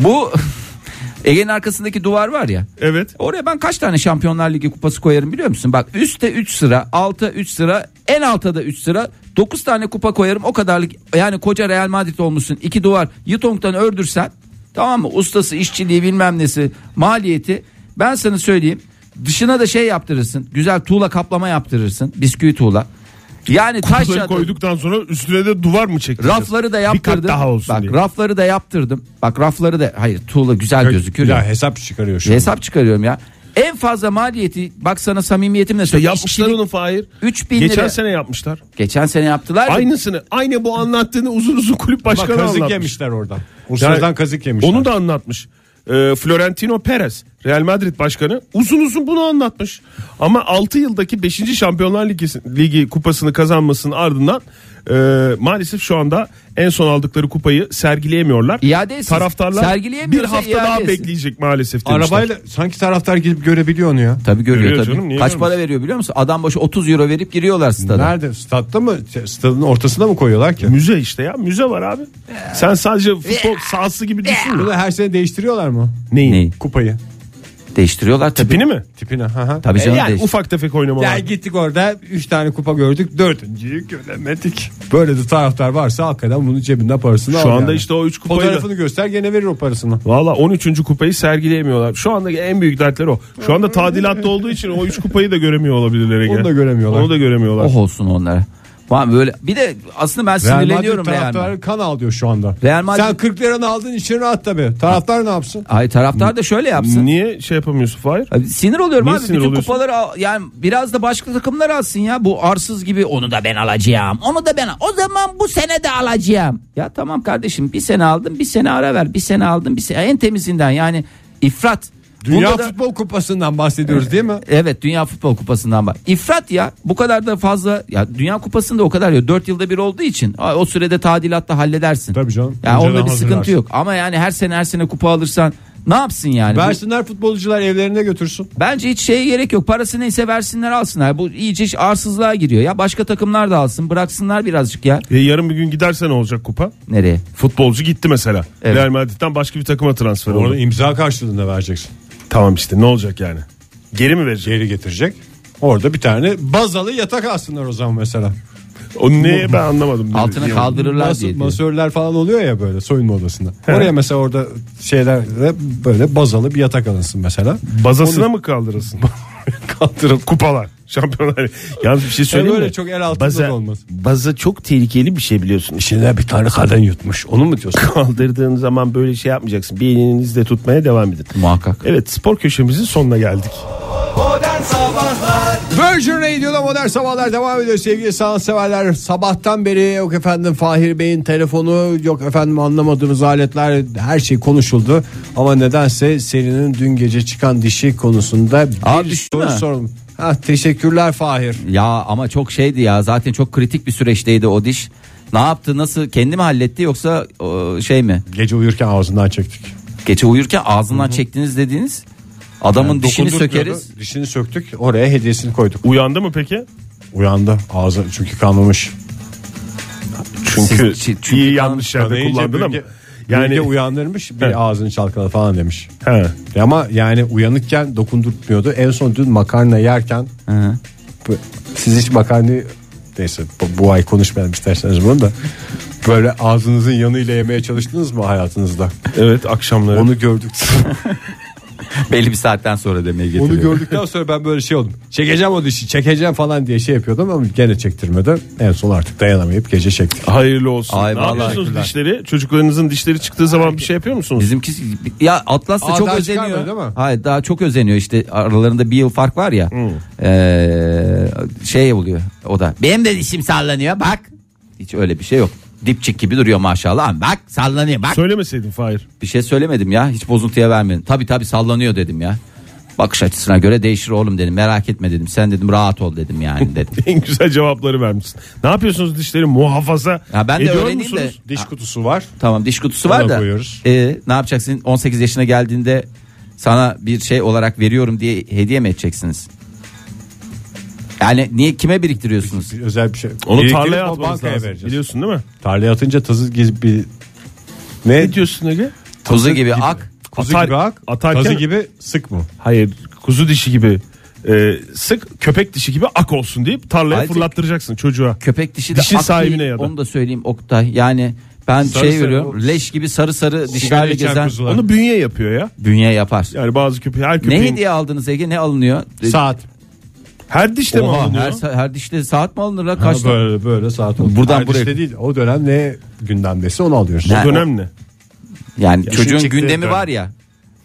S3: bu [laughs] Ege'nin arkasındaki duvar var ya.
S4: Evet.
S3: Oraya ben kaç tane Şampiyonlar Ligi kupası koyarım biliyor musun? Bak üstte 3 sıra, alta 3 sıra, en alta da 3 sıra. 9 tane kupa koyarım. O kadarlık yani koca Real Madrid olmuşsun. iki duvar Yutong'dan ördürsen tamam mı? Ustası, işçiliği bilmem nesi, maliyeti. Ben sana söyleyeyim. Dışına da şey yaptırırsın. Güzel tuğla kaplama yaptırırsın. Bisküvi tuğla. Yani taş
S4: Kupayı
S3: yatır-
S4: koyduktan sonra üstüne de duvar mı çekeceğiz?
S3: Rafları da
S4: Bir
S3: yaptırdım.
S4: kat daha olsun
S3: Bak
S4: diye.
S3: rafları da yaptırdım. Bak rafları da hayır tuğla güzel gözüküyor. ya.
S2: Ya hesap çıkarıyor şu an.
S3: Hesap çıkarıyorum ya. En fazla maliyeti bak sana samimiyetimle
S4: İşte
S3: söylüyorum.
S4: yapmışlar onu Fahir.
S3: 3000 lira.
S4: Geçen sene yapmışlar.
S3: Geçen sene yaptılar. da-
S4: Aynısını. Aynı bu anlattığını uzun uzun kulüp
S2: Bak
S4: başkanı
S2: kazık
S4: anlatmış.
S2: yemişler oradan. Ustadan
S4: Yani
S2: kazık yemişler.
S4: Onu da anlatmış. Ee, Florentino Perez Real Madrid başkanı uzun uzun bunu anlatmış. Ama 6 yıldaki 5. Şampiyonlar Ligi, Ligi kupasını kazanmasının ardından e, maalesef şu anda en son aldıkları kupayı sergileyemiyorlar.
S3: İade etsin.
S4: Taraftarlar bir
S3: Sergileyemiyorsa
S4: hafta
S3: iade
S4: daha
S3: etsin.
S4: bekleyecek maalesef demişler.
S2: Arabayla sanki taraftar gidip görebiliyor onu ya.
S3: Tabii görüyor,
S4: Görüyor
S3: tabii.
S4: canım, niye
S3: Kaç
S4: görmüyor?
S3: para veriyor biliyor musun? Adam başı 30 euro verip giriyorlar stada.
S2: Nerede? Statta mı? Şey, Stadın ortasına mı koyuyorlar ki?
S4: Müze işte ya müze var abi. Sen sadece futbol sahası gibi düşünme.
S2: Bunu her sene değiştiriyorlar mı?
S4: Neyi?
S3: Neyi?
S2: Kupayı.
S3: Değiştiriyorlar tabii.
S4: Tipini mi?
S2: Tipine. Hı hı.
S3: Tabii
S4: E
S3: canım
S4: yani
S3: değiş-
S4: ufak tefek oynamalar.
S2: Ya gittik orada 3 tane kupa gördük. Dördüncüyü göremedik. Böyle de taraftar varsa hakikaten bunun cebinden parasını al.
S4: Şu anda
S2: yani.
S4: işte o 3 kupayı da...
S2: Fotoğrafını göster gene verir o parasını.
S4: Valla 13. kupayı sergileyemiyorlar. Şu andaki en büyük dertleri o. Şu anda tadilatta olduğu için o 3 kupayı da göremiyor olabilirler. Ege.
S2: Onu da göremiyorlar.
S4: Onu da göremiyorlar.
S3: Oh olsun onlara. Falan böyle. Bir de aslında ben
S2: Real
S3: sinirleniyorum
S2: Madrid
S3: Real Madrid.
S2: taraftarı kan al diyor şu anda.
S3: Real Madrid-
S2: Sen 40 liranı aldın için rahat tabii. Taraftar ne yapsın?
S3: Ay taraftar da şöyle yapsın.
S4: Niye şey yapamıyorsun Fahir?
S3: Abi Sinir oluyorum
S4: Niye
S3: abi.
S4: sinir
S3: Bütün
S4: oluyorsun?
S3: kupaları al- yani biraz da başka takımlar alsın ya. Bu arsız gibi onu da ben alacağım. Onu da ben al- O zaman bu sene de alacağım. Ya tamam kardeşim bir sene aldım bir sene ara ver. Bir sene aldım bir sene. En temizinden yani ifrat.
S2: Dünya
S3: Bunda da-
S2: Futbol Kupası'ndan bahsediyoruz değil mi?
S3: Evet Dünya Futbol Kupası'ndan bak. İfrat ya bu kadar da fazla ya Dünya Kupası'nda o kadar ya 4 yılda bir olduğu için a- o sürede tadilatta halledersin.
S2: Tabii canım.
S3: Ya onda
S2: Önceden
S3: bir sıkıntı
S2: hazırlarsın.
S3: yok. Ama yani her sene her sene kupa alırsan ne yapsın yani? Bu-
S2: Versinler futbolcular evlerine götürsün.
S3: Bence hiç şeye gerek yok. Parası neyse versinler alsınlar. Bu iyice arsızlığa giriyor ya. Başka takımlar da alsın. Bıraksınlar birazcık ya.
S4: E, yarın bir gün gidersen ne olacak kupa?
S3: Nereye?
S4: Futbolcu gitti mesela.
S3: Evet.
S4: Real Madrid'den başka bir takıma transfer
S2: Orada
S4: oldu.
S2: imza karşılığında vereceksin.
S4: Tamam işte ne olacak yani? Geri mi verecek?
S2: Geri getirecek. Orada bir tane bazalı yatak alsınlar o zaman mesela.
S4: O ne ben anlamadım.
S3: Altına
S4: Yani
S3: kaldırırlar
S2: Mas-
S3: diye. diyor.
S2: masörler falan oluyor ya böyle soyunma odasında. Oraya mesela orada şeylerle böyle bazalı bir yatak alınsın mesela.
S4: Bazasına
S2: [laughs]
S4: mı [laughs] kaldırırsın? Kaldırın kupalar. Şampiyonlar. Yalnız bir şey söyleyeyim
S2: böyle
S4: mi?
S2: çok el altında da olmaz.
S4: Baza çok tehlikeli bir şey biliyorsun.
S2: İçine bir tane kadın yutmuş. Onu mu diyorsun?
S4: [laughs] kaldırdığın zaman böyle şey yapmayacaksın. Bir elinizle tutmaya devam edin.
S3: Muhakkak.
S4: Evet spor köşemizin sonuna geldik.
S2: Virgin Radio'da modern sabahlar devam ediyor sevgili sanatseverler. Sabahtan beri yok efendim Fahir Bey'in telefonu yok efendim anlamadığımız aletler her şey konuşuldu. Ama nedense serinin dün gece çıkan dişi konusunda bir
S3: Abi düştü
S2: soru
S3: mü?
S2: sordum. Ha, teşekkürler Fahir.
S3: Ya ama çok şeydi ya. Zaten çok kritik bir süreçteydi o diş. Ne yaptı? Nasıl? Kendi mi halletti yoksa e, şey mi?
S2: Gece uyurken ağzından çektik.
S3: Gece uyurken ağzından çektiniz dediğiniz adamın dişini
S2: Dokundurtmuyordu.
S3: sökeriz.
S2: Dişini söktük oraya hediyesini koyduk.
S4: Uyandı mı peki?
S2: Uyandı ağzı çünkü kanlamış.
S4: Çünkü,
S3: Siz- çi- çünkü
S4: iyi yanlış yerde
S2: Kanayınca
S4: kullandın ama.
S2: bölge-
S4: Yani
S2: bölge uyandırmış bir
S4: He.
S2: ağzını çalkala falan demiş.
S4: he.
S2: E Ama yani uyanıkken dokundurtmuyordu. En son dün makarna yerken
S3: Hı.
S2: bu- siz hiç makarna neyse bu, bu ay konuşmayalım isterseniz bunu da böyle ağzınızın yanıyla yemeye çalıştınız mı hayatınızda?
S4: evet akşamları.
S2: Onu [laughs] gördük.
S3: Belli bir saatten sonra demeye getiriyor.
S2: Onu gördükten sonra ben böyle şey oldum. Çekeceğim o dişi, çekeceğim falan diye şey yapıyordum ama gene çektirmedi. En son artık dayanamayıp gece çekti.
S4: Hayırlı olsun.
S3: Ay,
S4: ne
S3: vallahi
S4: yapıyorsunuz
S3: teşekkürler.
S4: dişleri? Çocuklarınızın dişleri çıktığı zaman bir şey yapıyor musunuz?
S3: Bizimki ya Atlas da
S2: Aa,
S3: çok
S2: daha
S3: özeniyor.
S2: çıkarmadı değil mi?
S3: Hayır daha çok özeniyor işte aralarında bir yıl fark var ya. Ee, şey oluyor o da. Benim de dişim sallanıyor bak. Hiç öyle bir şey yok. Dipçik gibi duruyor maşallah. Ama Bak sallanıyor bak.
S4: Söylemeseydin Fahir. [laughs]
S3: bir şey söylemedim ya. Hiç bozuntuya vermedim. Tabii tabii sallanıyor dedim ya. Bakış açısına göre değişir oğlum dedim. Merak etme dedim. Sen dedim rahat ol dedim yani dedim.
S4: En güzel cevapları vermişsin. Ne yapıyorsunuz dişleri muhafaza
S3: Ya ben de
S4: ediyor
S3: öğreneyim
S4: musunuz?
S3: de-
S2: Diş kutusu var.
S3: Tamam diş kutusu
S2: Ona
S3: var da.
S2: koyuyoruz.
S3: Ee, ne yapacaksın? 18 yaşına geldiğinde sana bir şey olarak veriyorum diye hediye mi edeceksiniz? Yani niye kime biriktiriyorsunuz?
S2: Bir özel bir şey.
S4: Onu
S2: Biriktirip
S4: tarlaya
S2: o
S4: atmanız
S2: bankaya
S4: lazım.
S2: vereceğiz.
S4: Biliyorsun değil mi?
S2: Tarlaya atınca tazı gibi bir ne?
S4: Ne diyorsun Ege?
S3: Kuzu gibi ak.
S2: Kuzu
S4: Atar-
S2: gibi ak,
S4: atarken-
S2: tazı gibi sık mı?
S4: Hayır kuzu dişi gibi e, sık köpek dişi gibi ak olsun deyip tarlaya
S3: Hayır,
S4: fırlattıracaksın çocuğa.
S3: Köpek dişi de
S4: Dişi
S3: ak
S4: sahibine
S3: değil.
S4: ya da.
S3: Onu da söyleyeyim Oktay. Yani ben
S2: Sarı
S3: şey
S2: sarı
S3: görüyorum. Leş gibi sarı sarı dişlerle
S2: içen
S3: gezen
S2: kuzular.
S4: Onu bünye yapıyor ya.
S3: bünye yapar.
S4: Yani bazı köpeği her
S3: ne
S4: köpeğin
S3: hediye aldınız Ege? Ne alınıyor? E,
S2: Saat.
S4: her dişte mi
S3: Oha,
S4: alınıyor?
S3: her, sa- her dişte saat mi alınır? lan? Kaç
S2: Ha, böyle böyle saat oldu.
S3: Buradan
S2: Kardeşte
S3: buraya-
S2: değil. O dönem ne gündemdesi onu alıyoruz.
S3: Ne?
S4: Dönem ne?
S3: Yani çocuğun
S2: çıktı
S3: gündemi
S2: dönem.
S3: var ya.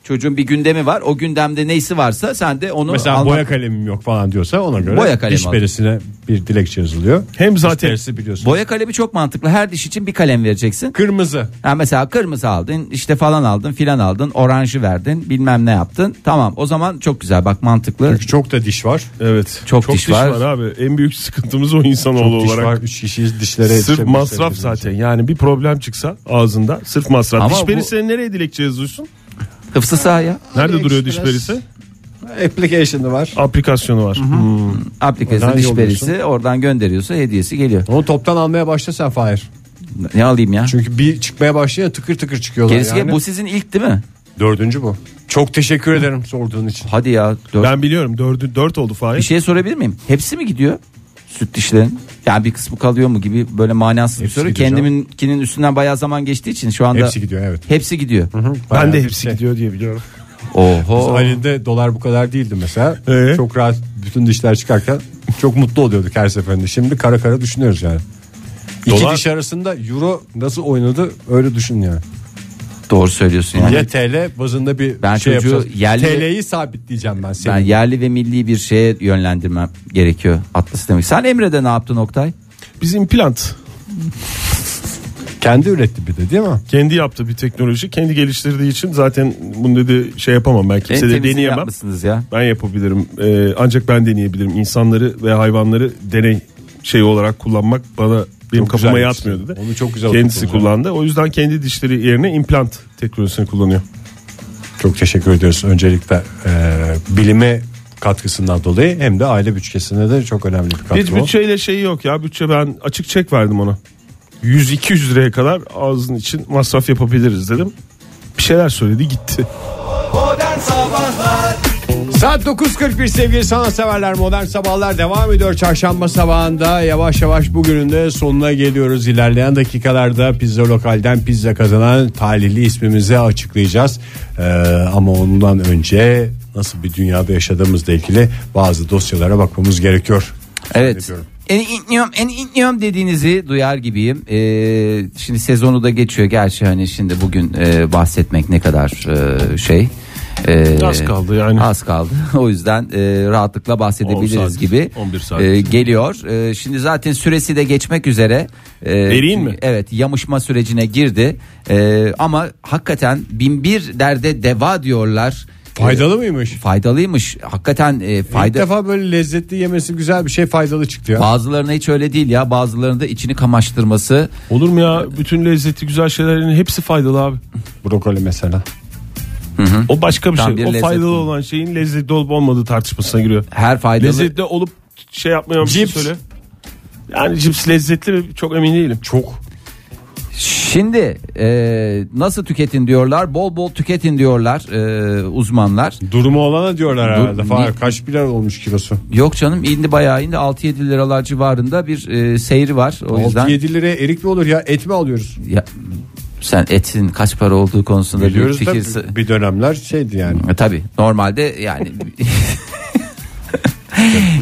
S3: Çocuğun bir gündemi var. O gündemde neysi varsa sen de onu
S2: Mesela
S3: almak-
S2: boya kalemim yok falan diyorsa ona göre
S3: Boya kalemi
S2: diş
S3: al.
S2: perisine bir dilekçe yazılıyor.
S4: Hem
S2: Diş
S4: zaten
S2: perisi biliyorsun.
S3: Boya kalemi çok mantıklı. Her diş için bir kalem vereceksin.
S2: Kırmızı.
S3: Ha mesela kırmızı aldın, işte falan aldın, filan aldın, oranjı verdin, bilmem ne yaptın. Tamam. O zaman çok güzel. Bak mantıklı.
S2: Çünkü çok da diş var.
S4: evet
S3: Çok diş var.
S4: abi. En büyük sıkıntımız o insanoğlu
S2: diş
S4: olarak.
S2: var. Üç kişiyiz dişlere.
S4: Sırf
S2: yetişemiyoruz.
S4: masraf zaten. Yani bir problem çıksa ağzında sırf masraf.
S3: Ama
S4: diş
S3: bu-
S4: perisine nereye dilekçe yazıyorsun?
S3: Hıfzı sağ ya.
S4: Nerede
S2: AliExpress.
S4: duruyor diş perisi?
S2: Application'ı var.
S4: Aplikasyonu var. Hmm.
S3: Aplikasyon
S2: Oradan
S3: diş
S2: yolluyorsun.
S3: perisi oradan gönderiyorsa hediyesi geliyor.
S2: Onu toptan almaya başla sen Fahir.
S3: Ne alayım ya?
S2: Çünkü bir çıkmaya başlıyor tıkır tıkır çıkıyorlar
S3: Gerisi
S2: yani.
S3: bu sizin ilk değil mi?
S2: Dördüncü bu. Çok teşekkür ederim sorduğun için.
S3: Hadi ya. dört-
S4: Ben biliyorum. Dördü, dört oldu
S3: Bir
S4: Fahir.
S3: şey sorabilir miyim? Hepsi mi gidiyor? Süt dişlerin. Yani bir kısmı kalıyor mu gibi böyle manasız bir
S2: Hepsi
S3: soru.
S2: gidiyor canım.
S3: Kendiminkinin üstünden bayağı zaman geçtiği için şu anda
S2: Hepsi gidiyor evet.
S3: hepsi gidiyor.
S4: Ben
S2: Bayağı
S4: de
S2: bir
S4: hepsi
S2: şey.
S4: gidiyor diye biliyorum.
S3: Oho.
S2: Ali'de dolar bu kadar değildi mesela.
S4: Ee?
S2: Çok rahat bütün dişler çıkarken çok mutlu oluyorduk her seferinde. Şimdi kara kara düşünüyoruz yani. İki
S4: Dolar-
S2: diş arasında euro nasıl oynadı öyle düşün yani.
S3: Doğru söylüyorsun yani.
S2: Ya TL bazında bir
S3: Ben
S2: şey
S3: çocuğu
S2: yapacağız.
S3: yerli-
S2: TL'yi sabitleyeceğim ben
S3: Ben
S2: senin.
S3: yerli ve milli bir şeye yönlendirmem gerekiyor atlas demek. Sen Emre'de ne yaptın Oktay?
S4: Biz implant.
S2: Kendi üretti bir de değil mi?
S4: Kendi yaptı bir teknoloji. Kendi geliştirdiği için zaten bunu dedi şey yapamam ben
S3: En
S4: kimse de
S3: temizini
S4: deneyemem.
S3: yapmışsınız ya.
S4: Ben yapabilirim. Ee, ancak ben deneyebilirim. İnsanları ve hayvanları deney şeyi olarak kullanmak bana benim
S2: Çok
S4: kafama
S2: güzel
S4: yatmıyor
S2: yapmışsın.
S4: dedi.
S2: Onu çok güzel
S4: Kendisi
S2: oturtmuş.
S4: kullandı. O yüzden kendi dişleri yerine implant teknolojisini kullanıyor.
S2: Çok teşekkür ediyoruz öncelikle e, bilime katkısından dolayı hem de aile bütçesine de çok önemli bir katkı
S4: Hiç
S2: o.
S4: bütçeyle şey yok ya. Bütçe ben açık çek verdim ona. 100-200 liraya kadar ağzın için masraf yapabiliriz dedim. Bir şeyler söyledi gitti.
S2: Saat 9.41 sevgili sanatseverler modern sabahlar devam ediyor. Çarşamba sabahında yavaş yavaş bugünün de sonuna geliyoruz. İlerleyen dakikalarda pizza lokalden pizza kazanan talihli ismimizi açıklayacağız. Ee, ama ondan önce nasıl bir dünyada yaşadığımızla ilgili bazı dosyalara bakmamız gerekiyor.
S3: Evet.
S2: Ediyorum.
S3: En itniyorum, en itniyorum dediğinizi duyar gibiyim. Ee, şimdi sezonu da geçiyor. Gerçi hani şimdi bugün e, bahsetmek ne kadar e, şey. Ee,
S4: Az kaldı yani.
S3: Az kaldı. [laughs] O yüzden e, rahatlıkla
S4: On
S3: bahsedebiliriz
S4: saat,
S3: gibi.
S4: 11 saat.
S3: e, geliyor. E, şimdi zaten süresi de geçmek üzere. E,
S4: Eriyin mi?
S3: Evet yamışma sürecine girdi. E, ama hakikaten bin bir derde deva diyorlar.
S2: Faydalı mıymış?
S3: E, faydalıymış. Hakikaten e,
S2: İlk
S3: fayda.
S2: defa böyle lezzetli yemesi güzel bir şey faydalı çıktı ya.
S3: Bazılarına hiç öyle değil ya. Bazılarında içini kamaştırması.
S4: Olur mu ya? Bütün lezzetli güzel şeylerin hepsi faydalı abi.
S2: Brokoli mesela.
S4: O başka bir
S3: Tam
S4: şey.
S3: bir
S4: o
S3: lezzet
S4: faydalı
S3: bu.
S4: olan şeyin lezzetli olup olmadığı tartışmasına giriyor.
S3: Her faydalı.
S4: Lezzetli olup şey yapmayan bir şey
S2: Cips.
S4: söyle. Yani cips lezzetli mi? Çok emin değilim. Çok.
S3: Şimdi e, nasıl tüketin diyorlar. Bol bol tüketin diyorlar e, uzmanlar.
S2: Durumu olana diyorlar herhalde.
S3: Dur-
S2: Fahir, kaç birer olmuş kilosu?
S3: Yok canım indi bayağı indi. 6-7 liralar civarında bir e, seyri var. O yüzden
S2: 6-7 liraya erik mi olur ya? Et mi alıyoruz?
S3: Ya, sen etin kaç para olduğu konusunda
S2: Biliyoruz
S3: bir
S2: da
S3: fikir...
S2: bir- bir dönemler şeydi yani.
S3: E, Tabii normalde
S2: [laughs]
S3: yani. [laughs]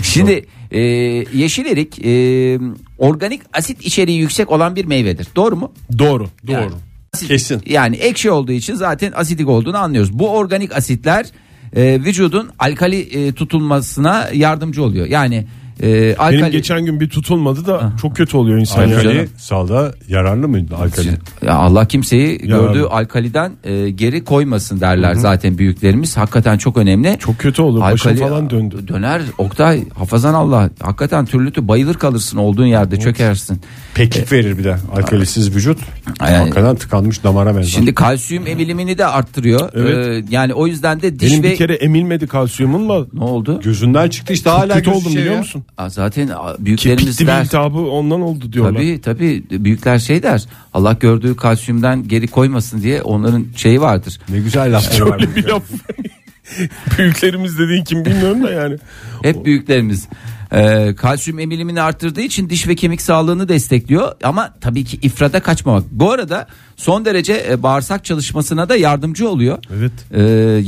S3: Şimdi e, yeşil erik e, organik asit içeriği yüksek olan bir meyvedir. Doğru mu?
S4: Doğru. Doğru.
S3: Yani.
S2: Kesin.
S3: Yani ekşi olduğu için zaten asidik olduğunu anlıyoruz. Bu organik asitler e, vücudun alkali e, tutulmasına yardımcı oluyor. Yani e, alkali...
S4: Benim geçen gün bir tutulmadı da çok kötü oluyor insan.
S3: Aynen.
S4: ya.
S2: Alkali
S3: canım.
S2: sağda Hani yararlı mıydı alkali?
S3: Ya Allah kimseyi
S4: Ya.
S3: gördüğü alkaliden e, geri koymasın derler zaten büyüklerimiz. Hakikaten çok önemli.
S4: Çok kötü olur. Başım falan döndü.
S3: Döner Oktay hafazan Allah. Hakikaten türlü tü bayılır kalırsın olduğun yerde çökersin.
S2: Pekik verir bir de alkalisiz vücut.
S3: Aynen.
S2: Hakikaten tıkanmış damara benzer.
S3: Şimdi kalsiyum emilimini de arttırıyor.
S4: Evet.
S3: Ee, yani o yüzden de diş
S4: Benim
S3: ve...
S4: bir kere emilmedi kalsiyumunla.
S3: Ne oldu?
S2: Gözünden çıktı işte hala
S4: kötü
S2: gözü
S4: oldum
S2: şey
S4: biliyor
S2: ya.
S4: musun?
S3: Aa, zaten a,
S4: Kepikli
S3: büyüklerimiz
S4: bir
S3: der.
S4: iltihabı ondan oldu diyorlar.
S3: Tabii tabii büyükler şey der. Allah gördüğü kalsiyumdan geri koymasın diye onların şeyi vardır.
S2: Ne güzel lafları var.
S4: Öyle [laughs] bir laf. [laughs] Büyüklerimiz dediğin kim bilmiyorum da yani.
S3: Hep büyüklerimiz e, kalsiyum emilimini arttırdığı için diş ve kemik sağlığını destekliyor ama tabii ki ifrada kaçmamak. Bu arada son derece e, bağırsak çalışmasına da yardımcı oluyor.
S4: Evet.
S3: E,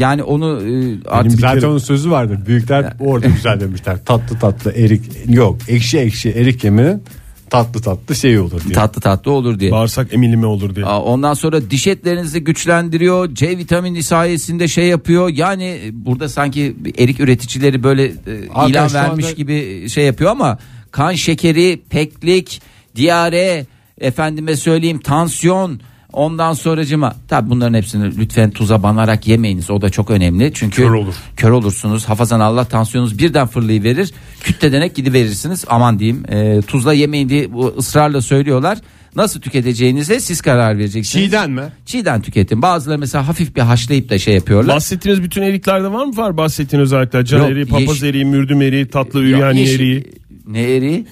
S3: yani onu e, artık
S2: Benim zaten onun sözü vardır. Büyükler orada güzel demişler. Tatlı tatlı erik yok ekşi ekşi erik yeminin tatlı tatlı şey olur diye.
S3: Tatlı tatlı olur diye.
S4: Bağırsak emilimi olur diye.
S3: Aa, Ondan sonra diş etlerinizi güçlendiriyor. C vitamini sayesinde şey yapıyor. Yani burada sanki erik üreticileri böyle e,
S2: Hakan
S3: ilan
S2: şu
S3: vermiş
S2: anda-
S3: gibi şey yapıyor ama kan şekeri, peklik, diyare, efendime söyleyeyim tansiyon ondan sonracıma. Tabi bunların hepsini lütfen tuza banarak yemeyiniz. O da çok önemli. Çünkü kör, olur. kör olursunuz. Hafazan Allah tansiyonunuz birden fırlayıverir. Kütledenek gidiverirsiniz. Aman diyeyim e, tuzla yemeyin diye bu ısrarla söylüyorlar. Nasıl tüketeceğinize siz karar vereceksiniz.
S2: Çiğden mi?
S3: Çiğden tüketin. Bazıları mesela hafif bir haşlayıp da şey yapıyorlar.
S4: Bahsettiğiniz bütün eriklerde var mı var bahsettiğin özellikler? Can
S3: Yok,
S4: eriği, papaz
S3: yeşil-
S4: eriği, mürdüm eriği, tatlı
S3: Ya
S4: üryani
S3: yeşil-
S4: eriği,
S3: Ne eriği?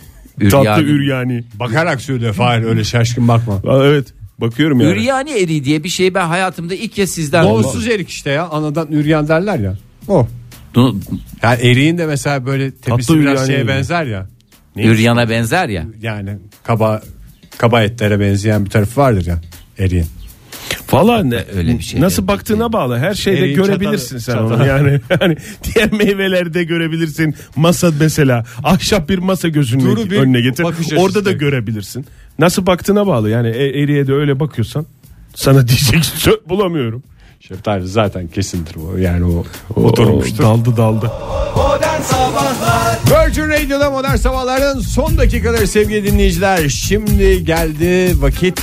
S4: tatlı
S3: Üryani.
S4: üryani.
S2: Bakarak söylüyor Fahir öyle şaşkın bakma.
S4: Aa, Evet bakıyorum yani.
S3: Üryani eriği diye bir şey ben hayatımda ilk kez sizden
S2: Doğumsuz erik işte ya anadan üryan derler ya. O.
S3: Du-
S2: Yani eriğin de mesela böyle
S4: Tatlı
S2: tepesi
S4: üryan
S2: biraz şeye
S4: eriği.
S2: benzer ya.
S3: Üryana benzer ya.
S2: Yani kaba kaba etlere benzeyen bir tarafı vardır ya eriğin.
S4: Valla ne,
S3: Öyle bir şey
S4: nasıl
S3: yok.
S4: baktığına bağlı. Her şeyde
S2: Eriğin
S4: görebilirsin sen
S2: çatalı-
S4: onu. Yani, [laughs] yani diğer meyvelerde görebilirsin. Masa mesela. Ahşap bir masa gözünün
S2: Duru bir
S4: önüne getir.
S2: bakış açısı.
S4: Orada da görebilirsin. Nasıl baktığına bağlı. Yani e- eriğe de öyle bakıyorsan sana [laughs] diyecek söz bulamıyorum.
S2: Şeftali zaten kesindir bu. Yani o
S4: Oturmuştur. Daldı daldı.
S2: Virgin Radio'da modern sabahların son dakikaları sevgili dinleyiciler. Şimdi geldi vakit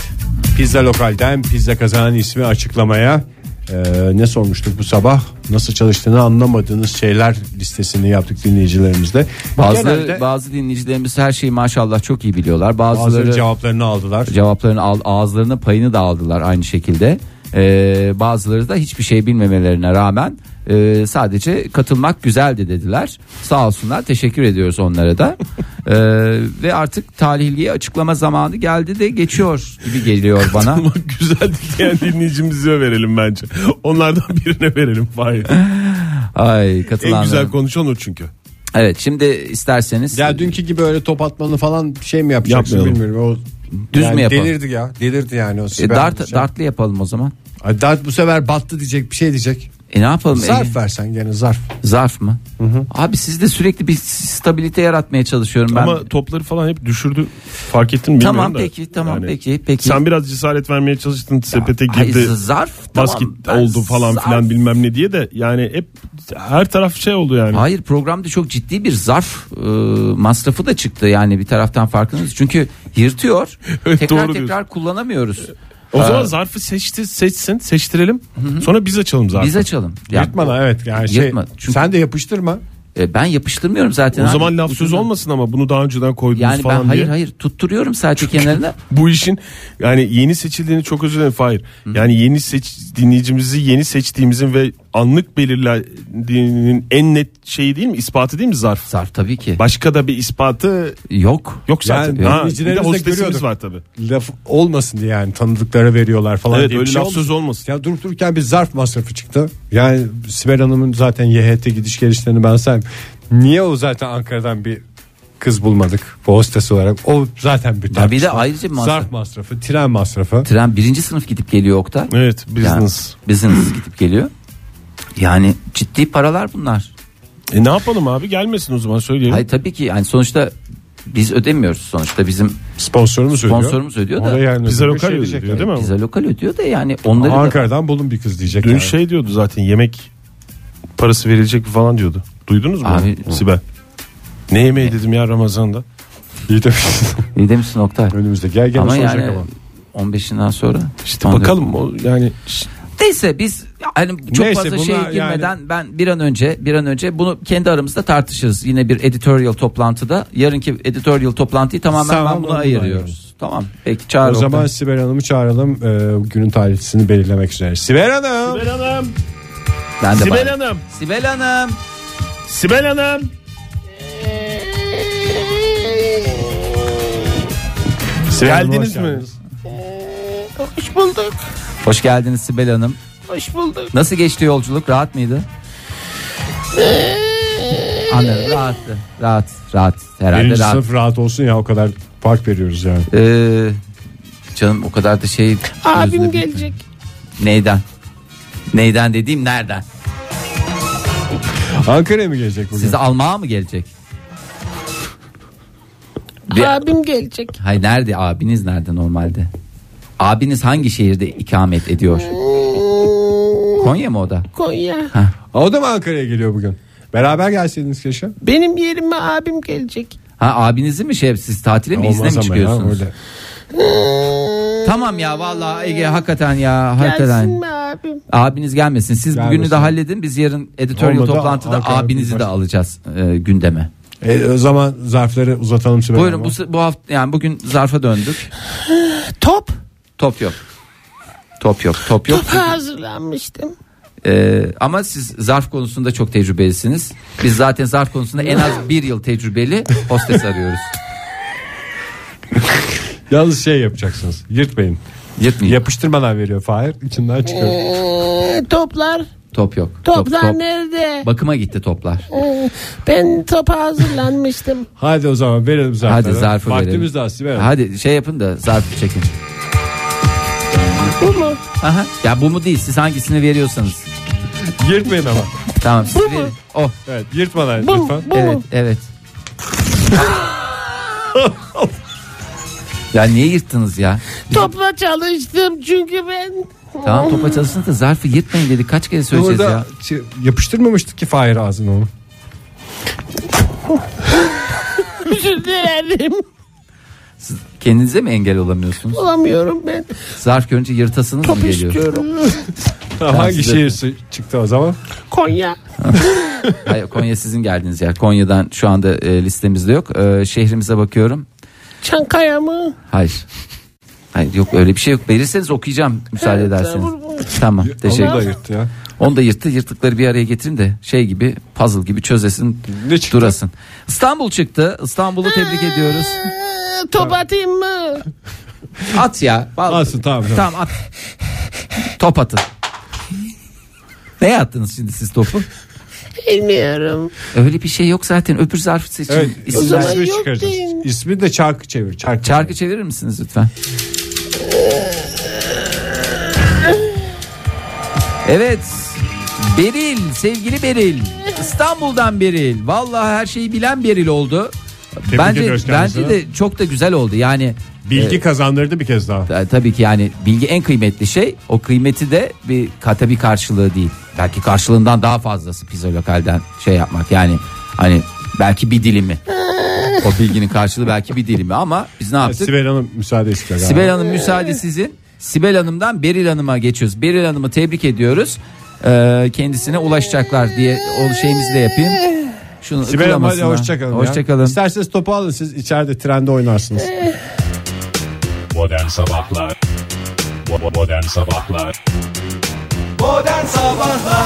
S2: pizza lokalden pizza kazanan ismi açıklamaya. Ee, ne sormuştuk bu sabah? Nasıl çalıştığını anlamadığınız şeyler listesini yaptık dinleyicilerimizde.
S3: Bazı
S2: Genelde
S3: bazı dinleyicilerimiz her şeyi maşallah çok iyi biliyorlar.
S2: bazıları
S3: Bazıları
S2: cevaplarını aldılar.
S3: cevaplarını al, ağızlarının payını da aldılar aynı şekilde. Ee, bazıları da hiçbir şey bilmemelerine rağmen e, sadece katılmak güzeldi dediler. Sağ olsunlar teşekkür ediyoruz onlara
S4: [laughs]
S3: da. Ee, ve artık talihliye açıklama zamanı geldi de geçiyor gibi geliyor
S4: [laughs]
S3: bana.
S4: Ama güzel diyen dinleyicimize verelim bence. Onlardan birine verelim. Hayır.
S3: Ay
S4: En
S3: katılanlara.
S4: güzel konuşan o çünkü.
S3: Evet şimdi isterseniz
S2: Ya dünkü gibi öyle top atmalı falan bir şey mi yapacaksın
S4: Yapmayalım.
S2: bilmiyorum. O,
S3: Düz
S2: yani
S3: mü yapalım?
S2: Delirdi ya. Delirdi yani o
S3: E,
S2: Sibel
S3: dart,
S2: Hocam.
S3: dartlı yapalım o zaman.
S2: Ay, dart bu sefer battı diyecek bir şey diyecek.
S3: E ne yapalım?
S2: Zarf
S3: E,
S2: versen gene zarf.
S3: zarf mı? Abi sizde sürekli bir stabilite yaratmaya çalışıyorum ben.
S4: Ama topları falan hep düşürdü. Fark ettin mi bilmiyorum
S3: tamam
S4: da.
S3: peki tamam
S4: Yani
S3: peki peki.
S4: Sen biraz cesaret vermeye çalıştın sepete
S3: Hayır,
S4: girdi.
S3: zarf tamam.
S4: Basket
S3: Ben
S4: oldu falan
S3: zarf-
S4: filan bilmem ne diye de yani hep her taraf şey oldu yani.
S3: Hayır programda çok ciddi bir zarf e, masrafı da çıktı yani bir taraftan farkınız. Çünkü yırtıyor.
S4: [laughs] Evet,
S3: tekrar
S4: doğru
S3: tekrar kullanamıyoruz.
S4: O
S3: Ee,
S4: zaman zarfı seçti seçsin seçtirelim. Sonra biz açalım zarfı.
S3: Biz açalım. Ya,
S2: Yırtma lan evet yani şey
S3: Yırtma. Çünkü-
S2: sen de yapıştırma.
S3: e, ben yapıştırmıyorum zaten.
S4: o
S3: abi.
S4: zaman laf söz olmasın ama bunu daha önceden koydunuz
S3: Yani ben
S4: falan
S3: hayır
S4: diye.
S3: hayır tutturuyorum sadece kenarına.
S4: Bu işin yani yeni seçildiğini çok özür dilerim Fahir. Yani yeni seç dinleyicimizi yeni seçtiğimizin ve anlık belirlediğinin en net şeyi değil mi? ispatı değil mi zarf?
S3: Zarf tabii ki.
S4: Başka da bir ispatı
S3: Yok.
S4: yok zaten.
S2: Yani
S4: ha, bir de
S2: dinleyicilerimiz de
S4: hostesimiz
S2: görüyordur.
S4: var tabii.
S2: Laf olmasın diye yani tanıdıklara veriyorlar falan
S4: Evet
S2: diye
S4: öyle
S2: bir şey
S4: laf
S2: olmasın.
S4: söz olmasın.
S2: Ya durup dururken bir zarf masrafı çıktı. Yani Sibel Hanım'ın zaten YHT gidiş gelişlerini ben sen niye o zaten Ankara'dan bir kız bulmadık bu hostes olarak. O zaten
S3: Ya bir
S2: bir
S3: de
S2: tartışma.
S3: ayrıca bir masraf.
S2: zarf masrafı, tren masrafı.
S3: Tren birinci sınıf gidip geliyor Oktay.
S4: Evet
S3: Yani
S4: business.
S3: business gidip geliyor. Yani ciddi paralar bunlar.
S4: E ne yapalım abi gelmesin o zaman söyleyelim.
S3: Hayır tabii ki yani sonuçta biz ödemiyoruz sonuçta bizim
S2: Sponsorumuz ödüyor.
S3: sponsorumuz ödüyor da.
S2: Oraya yani
S4: Pizza
S2: bir
S4: lokal
S2: şey
S4: ödüyor
S2: diyecek
S4: diyor değil mi?
S3: Bize lokal ödüyor da yani onları da
S2: Ankara'dan bulun bir kız diyecek.
S4: Dün
S2: yani.
S4: şey diyordu zaten yemek parası verilecek falan diyordu. Duydunuz mu
S3: Abi-
S4: Sibel? Ne yemeği dedim ya Ramazan'da.
S2: İyi [laughs] demişsin.
S3: iyi demişsin Oktay.
S2: Önümüzde gel gel
S3: Ama
S2: soracak
S3: yani
S2: ama.
S3: 15'inden sonra
S4: İşte
S3: Ondan-
S4: bakalım o yani ş-
S3: Neyse biz hani çok
S2: Neyse,
S3: fazla
S2: bunlar
S3: şeye
S2: yani-
S3: girmeden ben bir an önce bir an önce bunu kendi aramızda tartışırız. Yine bir editorial toplantıda. Yarınki editorial toplantıyı tamamen
S2: Sağ
S3: ben
S2: ol,
S3: buna
S2: onu
S3: ayırıyoruz.
S2: ayırıyoruz.
S3: Tamam. Peki çağır
S2: O
S3: Oktay.
S2: zaman Sibel Hanım'ı çağıralım. Ee, günün tarihçisini belirlemek üzere. Sibel Hanım.
S4: Sibel Hanım,
S3: ben de
S4: Sibel
S3: bağırayım.
S4: Hanım,
S3: Sibel Hanım.
S4: Sibel Hanım.
S2: Sibel Hanım,
S4: Geldiniz
S2: hoş
S4: mi?
S2: geldiniz.
S3: Hoş geldiniz Sibel Hanım. Hoş bulduk. Nasıl geçti yolculuk? Rahat mıydı? Anladım. Rahattı. Rahat. Rahat. Herhalde
S2: Birinci
S3: rahat.
S2: sınıf rahat olsun ya o kadar fark veriyoruz yani.
S3: Ee, canım o kadar da şey... Abim gelecek. Neyden? Neyden dediğim nereden?
S2: Ankara'ya mı gelecek bugün?
S3: Sizi almaya mı gelecek? Bir-
S9: Abim gelecek.
S3: Hay nerede abiniz nerede normalde? Abiniz hangi şehirde ikamet ediyor? Konya mı o da?
S9: Konya.
S2: O da mı Ankara'ya geliyor bugün? Beraber gelseydiniz keşke.
S9: Benim yerime abim gelecek.
S3: Ha abinizi mi şey siz tatile mi izne mi
S2: Olmaz ama ya,
S3: çıkıyorsunuz?
S2: öyle.
S3: tamam ya vallahi Ege hakikaten ya hakikaten.
S9: Gelsin mi abim?
S3: Abiniz gelmesin. Siz
S2: Gelmesin.
S3: bugünü de halledin. Biz yarın editörlü
S2: Olmadı,
S3: toplantıda
S2: Ankara'ya
S3: abinizi de
S2: gideceğiz.
S3: alacağız e, gündeme.
S2: E, o zaman zarfları uzatalım Sibel
S3: Buyurun
S2: Hanım'a.
S3: bu, bu hafta yani bugün zarfa döndük.
S9: [sighs] Top.
S3: Top yok. Top yok. Top yok.
S9: Topa hazırlanmıştım.
S3: Ee, ama siz zarf konusunda çok tecrübelisiniz. Biz zaten zarf konusunda en az bir yıl tecrübeli hostes
S2: [laughs]
S3: arıyoruz.
S2: Yalnız şey yapacaksınız. Yırtmayın.
S3: Yırtmayın.
S2: Yapıştırmadan veriyor Fahir. İçinden çıkıyor.
S9: Ee, toplar.
S3: Top yok.
S9: Toplar
S3: top.
S9: nerede?
S3: Bakıma gitti toplar.
S9: Ee, ben topa hazırlanmıştım.
S2: Hadi o zaman verelim zarfları.
S3: Hadi zarfı verelim.
S2: Vaktimiz daha Sibel Hanım.
S3: Hadi şey yapın da zarfı çekin.
S9: Bu mu?
S3: Aha. Ya bu mu değil siz hangisini veriyorsanız.
S2: Yırtmayın ama.
S3: Tamam siz
S9: Bu mu?
S3: verin. Oh
S2: Evet yırtmadan
S9: Bu mu?
S2: lütfen.
S9: Bu
S3: evet
S9: mu? [laughs]
S3: evet. ya niye yırttınız ya?
S9: Topla çalıştım çünkü ben.
S3: Tamam topa çalışsın da zarfı yırtmayın dedi. Kaç kere söyleyeceğiz
S2: Orada
S3: ya?
S2: şey- yapıştırmamıştık ki Fahir ağzını onu.
S9: Özür dilerim.
S3: Kendinize mi engel olamıyorsunuz?
S9: Olamıyorum ben.
S3: Zarf görünce yırtasınız
S9: Oh. Top
S3: mı geliyor?
S9: istiyorum.
S2: Hangi
S3: size-
S2: şehir sı- çıktı o zaman?
S9: Konya.
S3: Hayır, Konya sizin geldiğiniz yer. Konya'dan şu anda e, listemizde yok. E, şehrimize bakıyorum.
S9: Çankaya mı?
S3: Hayır. Hayır yok öyle bir şey yok. Verirseniz okuyacağım müsaade
S9: Evet,
S3: ederseniz.
S9: olur mu?
S3: Tamam teşekkür
S2: Onu da
S3: ederim.
S2: yırttı ya.
S3: Onu da yırttı. Yırtıkları bir araya getirin de şey gibi puzzle gibi çözesin
S2: Ne çıktı?
S3: durasın. İstanbul çıktı. İstanbul'u tebrik ediyoruz.
S9: Ee, Top atayım mı?
S3: At ya. Vallahi-
S2: Alsın, tamam, tamam.
S3: Tamam at. Top atın. Neye attınız şimdi siz topu?
S9: Bilmiyorum.
S3: Öyle bir şey yok zaten. Öbür zarf seçin.
S2: Evet
S3: İsim-
S9: zaman
S2: ismini
S9: yok
S2: çıkaracağız.
S9: değil.
S2: İsmini de çarkı çevir. Çarkı.
S3: Çarkı çevirir misiniz lütfen? Evet. Beril, sevgili Beril. İstanbul'dan Beril. Vallahi her şeyi bilen Beril oldu. bence
S2: ediyoruz kendisine.
S3: bence de çok da güzel oldu. Yani e,
S2: Bilgi kazandırdı bir kez daha.
S3: ta- tabii ki yani bilgi en kıymetli şey. O kıymeti de bir kata bir karşılığı değil. Belki karşılığından daha fazlası pizzolokalden şey yapmak. Yani hani belki bir dilimi. O bilginin karşılığı belki bir dilimi ama biz ne yaptık?
S2: Sibel Hanım müsaade istiyor galiba.
S3: Sibel Hanım müsaade sizin. Sibel Hanım'dan Beril Hanım'a geçiyoruz. Beril Hanım'ı tebrik ediyoruz. Ee, kendisine ulaşacaklar diye o şeyimizi de yapayım. Şunu
S2: Sibel Hanım hadi
S3: ıkılamasınlar.
S2: hoşçakalın.
S3: Hoşçakalın.
S2: İsterseniz topu alın siz içeride trende oynarsınız.
S10: Modern Sabahlar Bo- bo- Modern Sabahlar
S11: Modern Sabahlar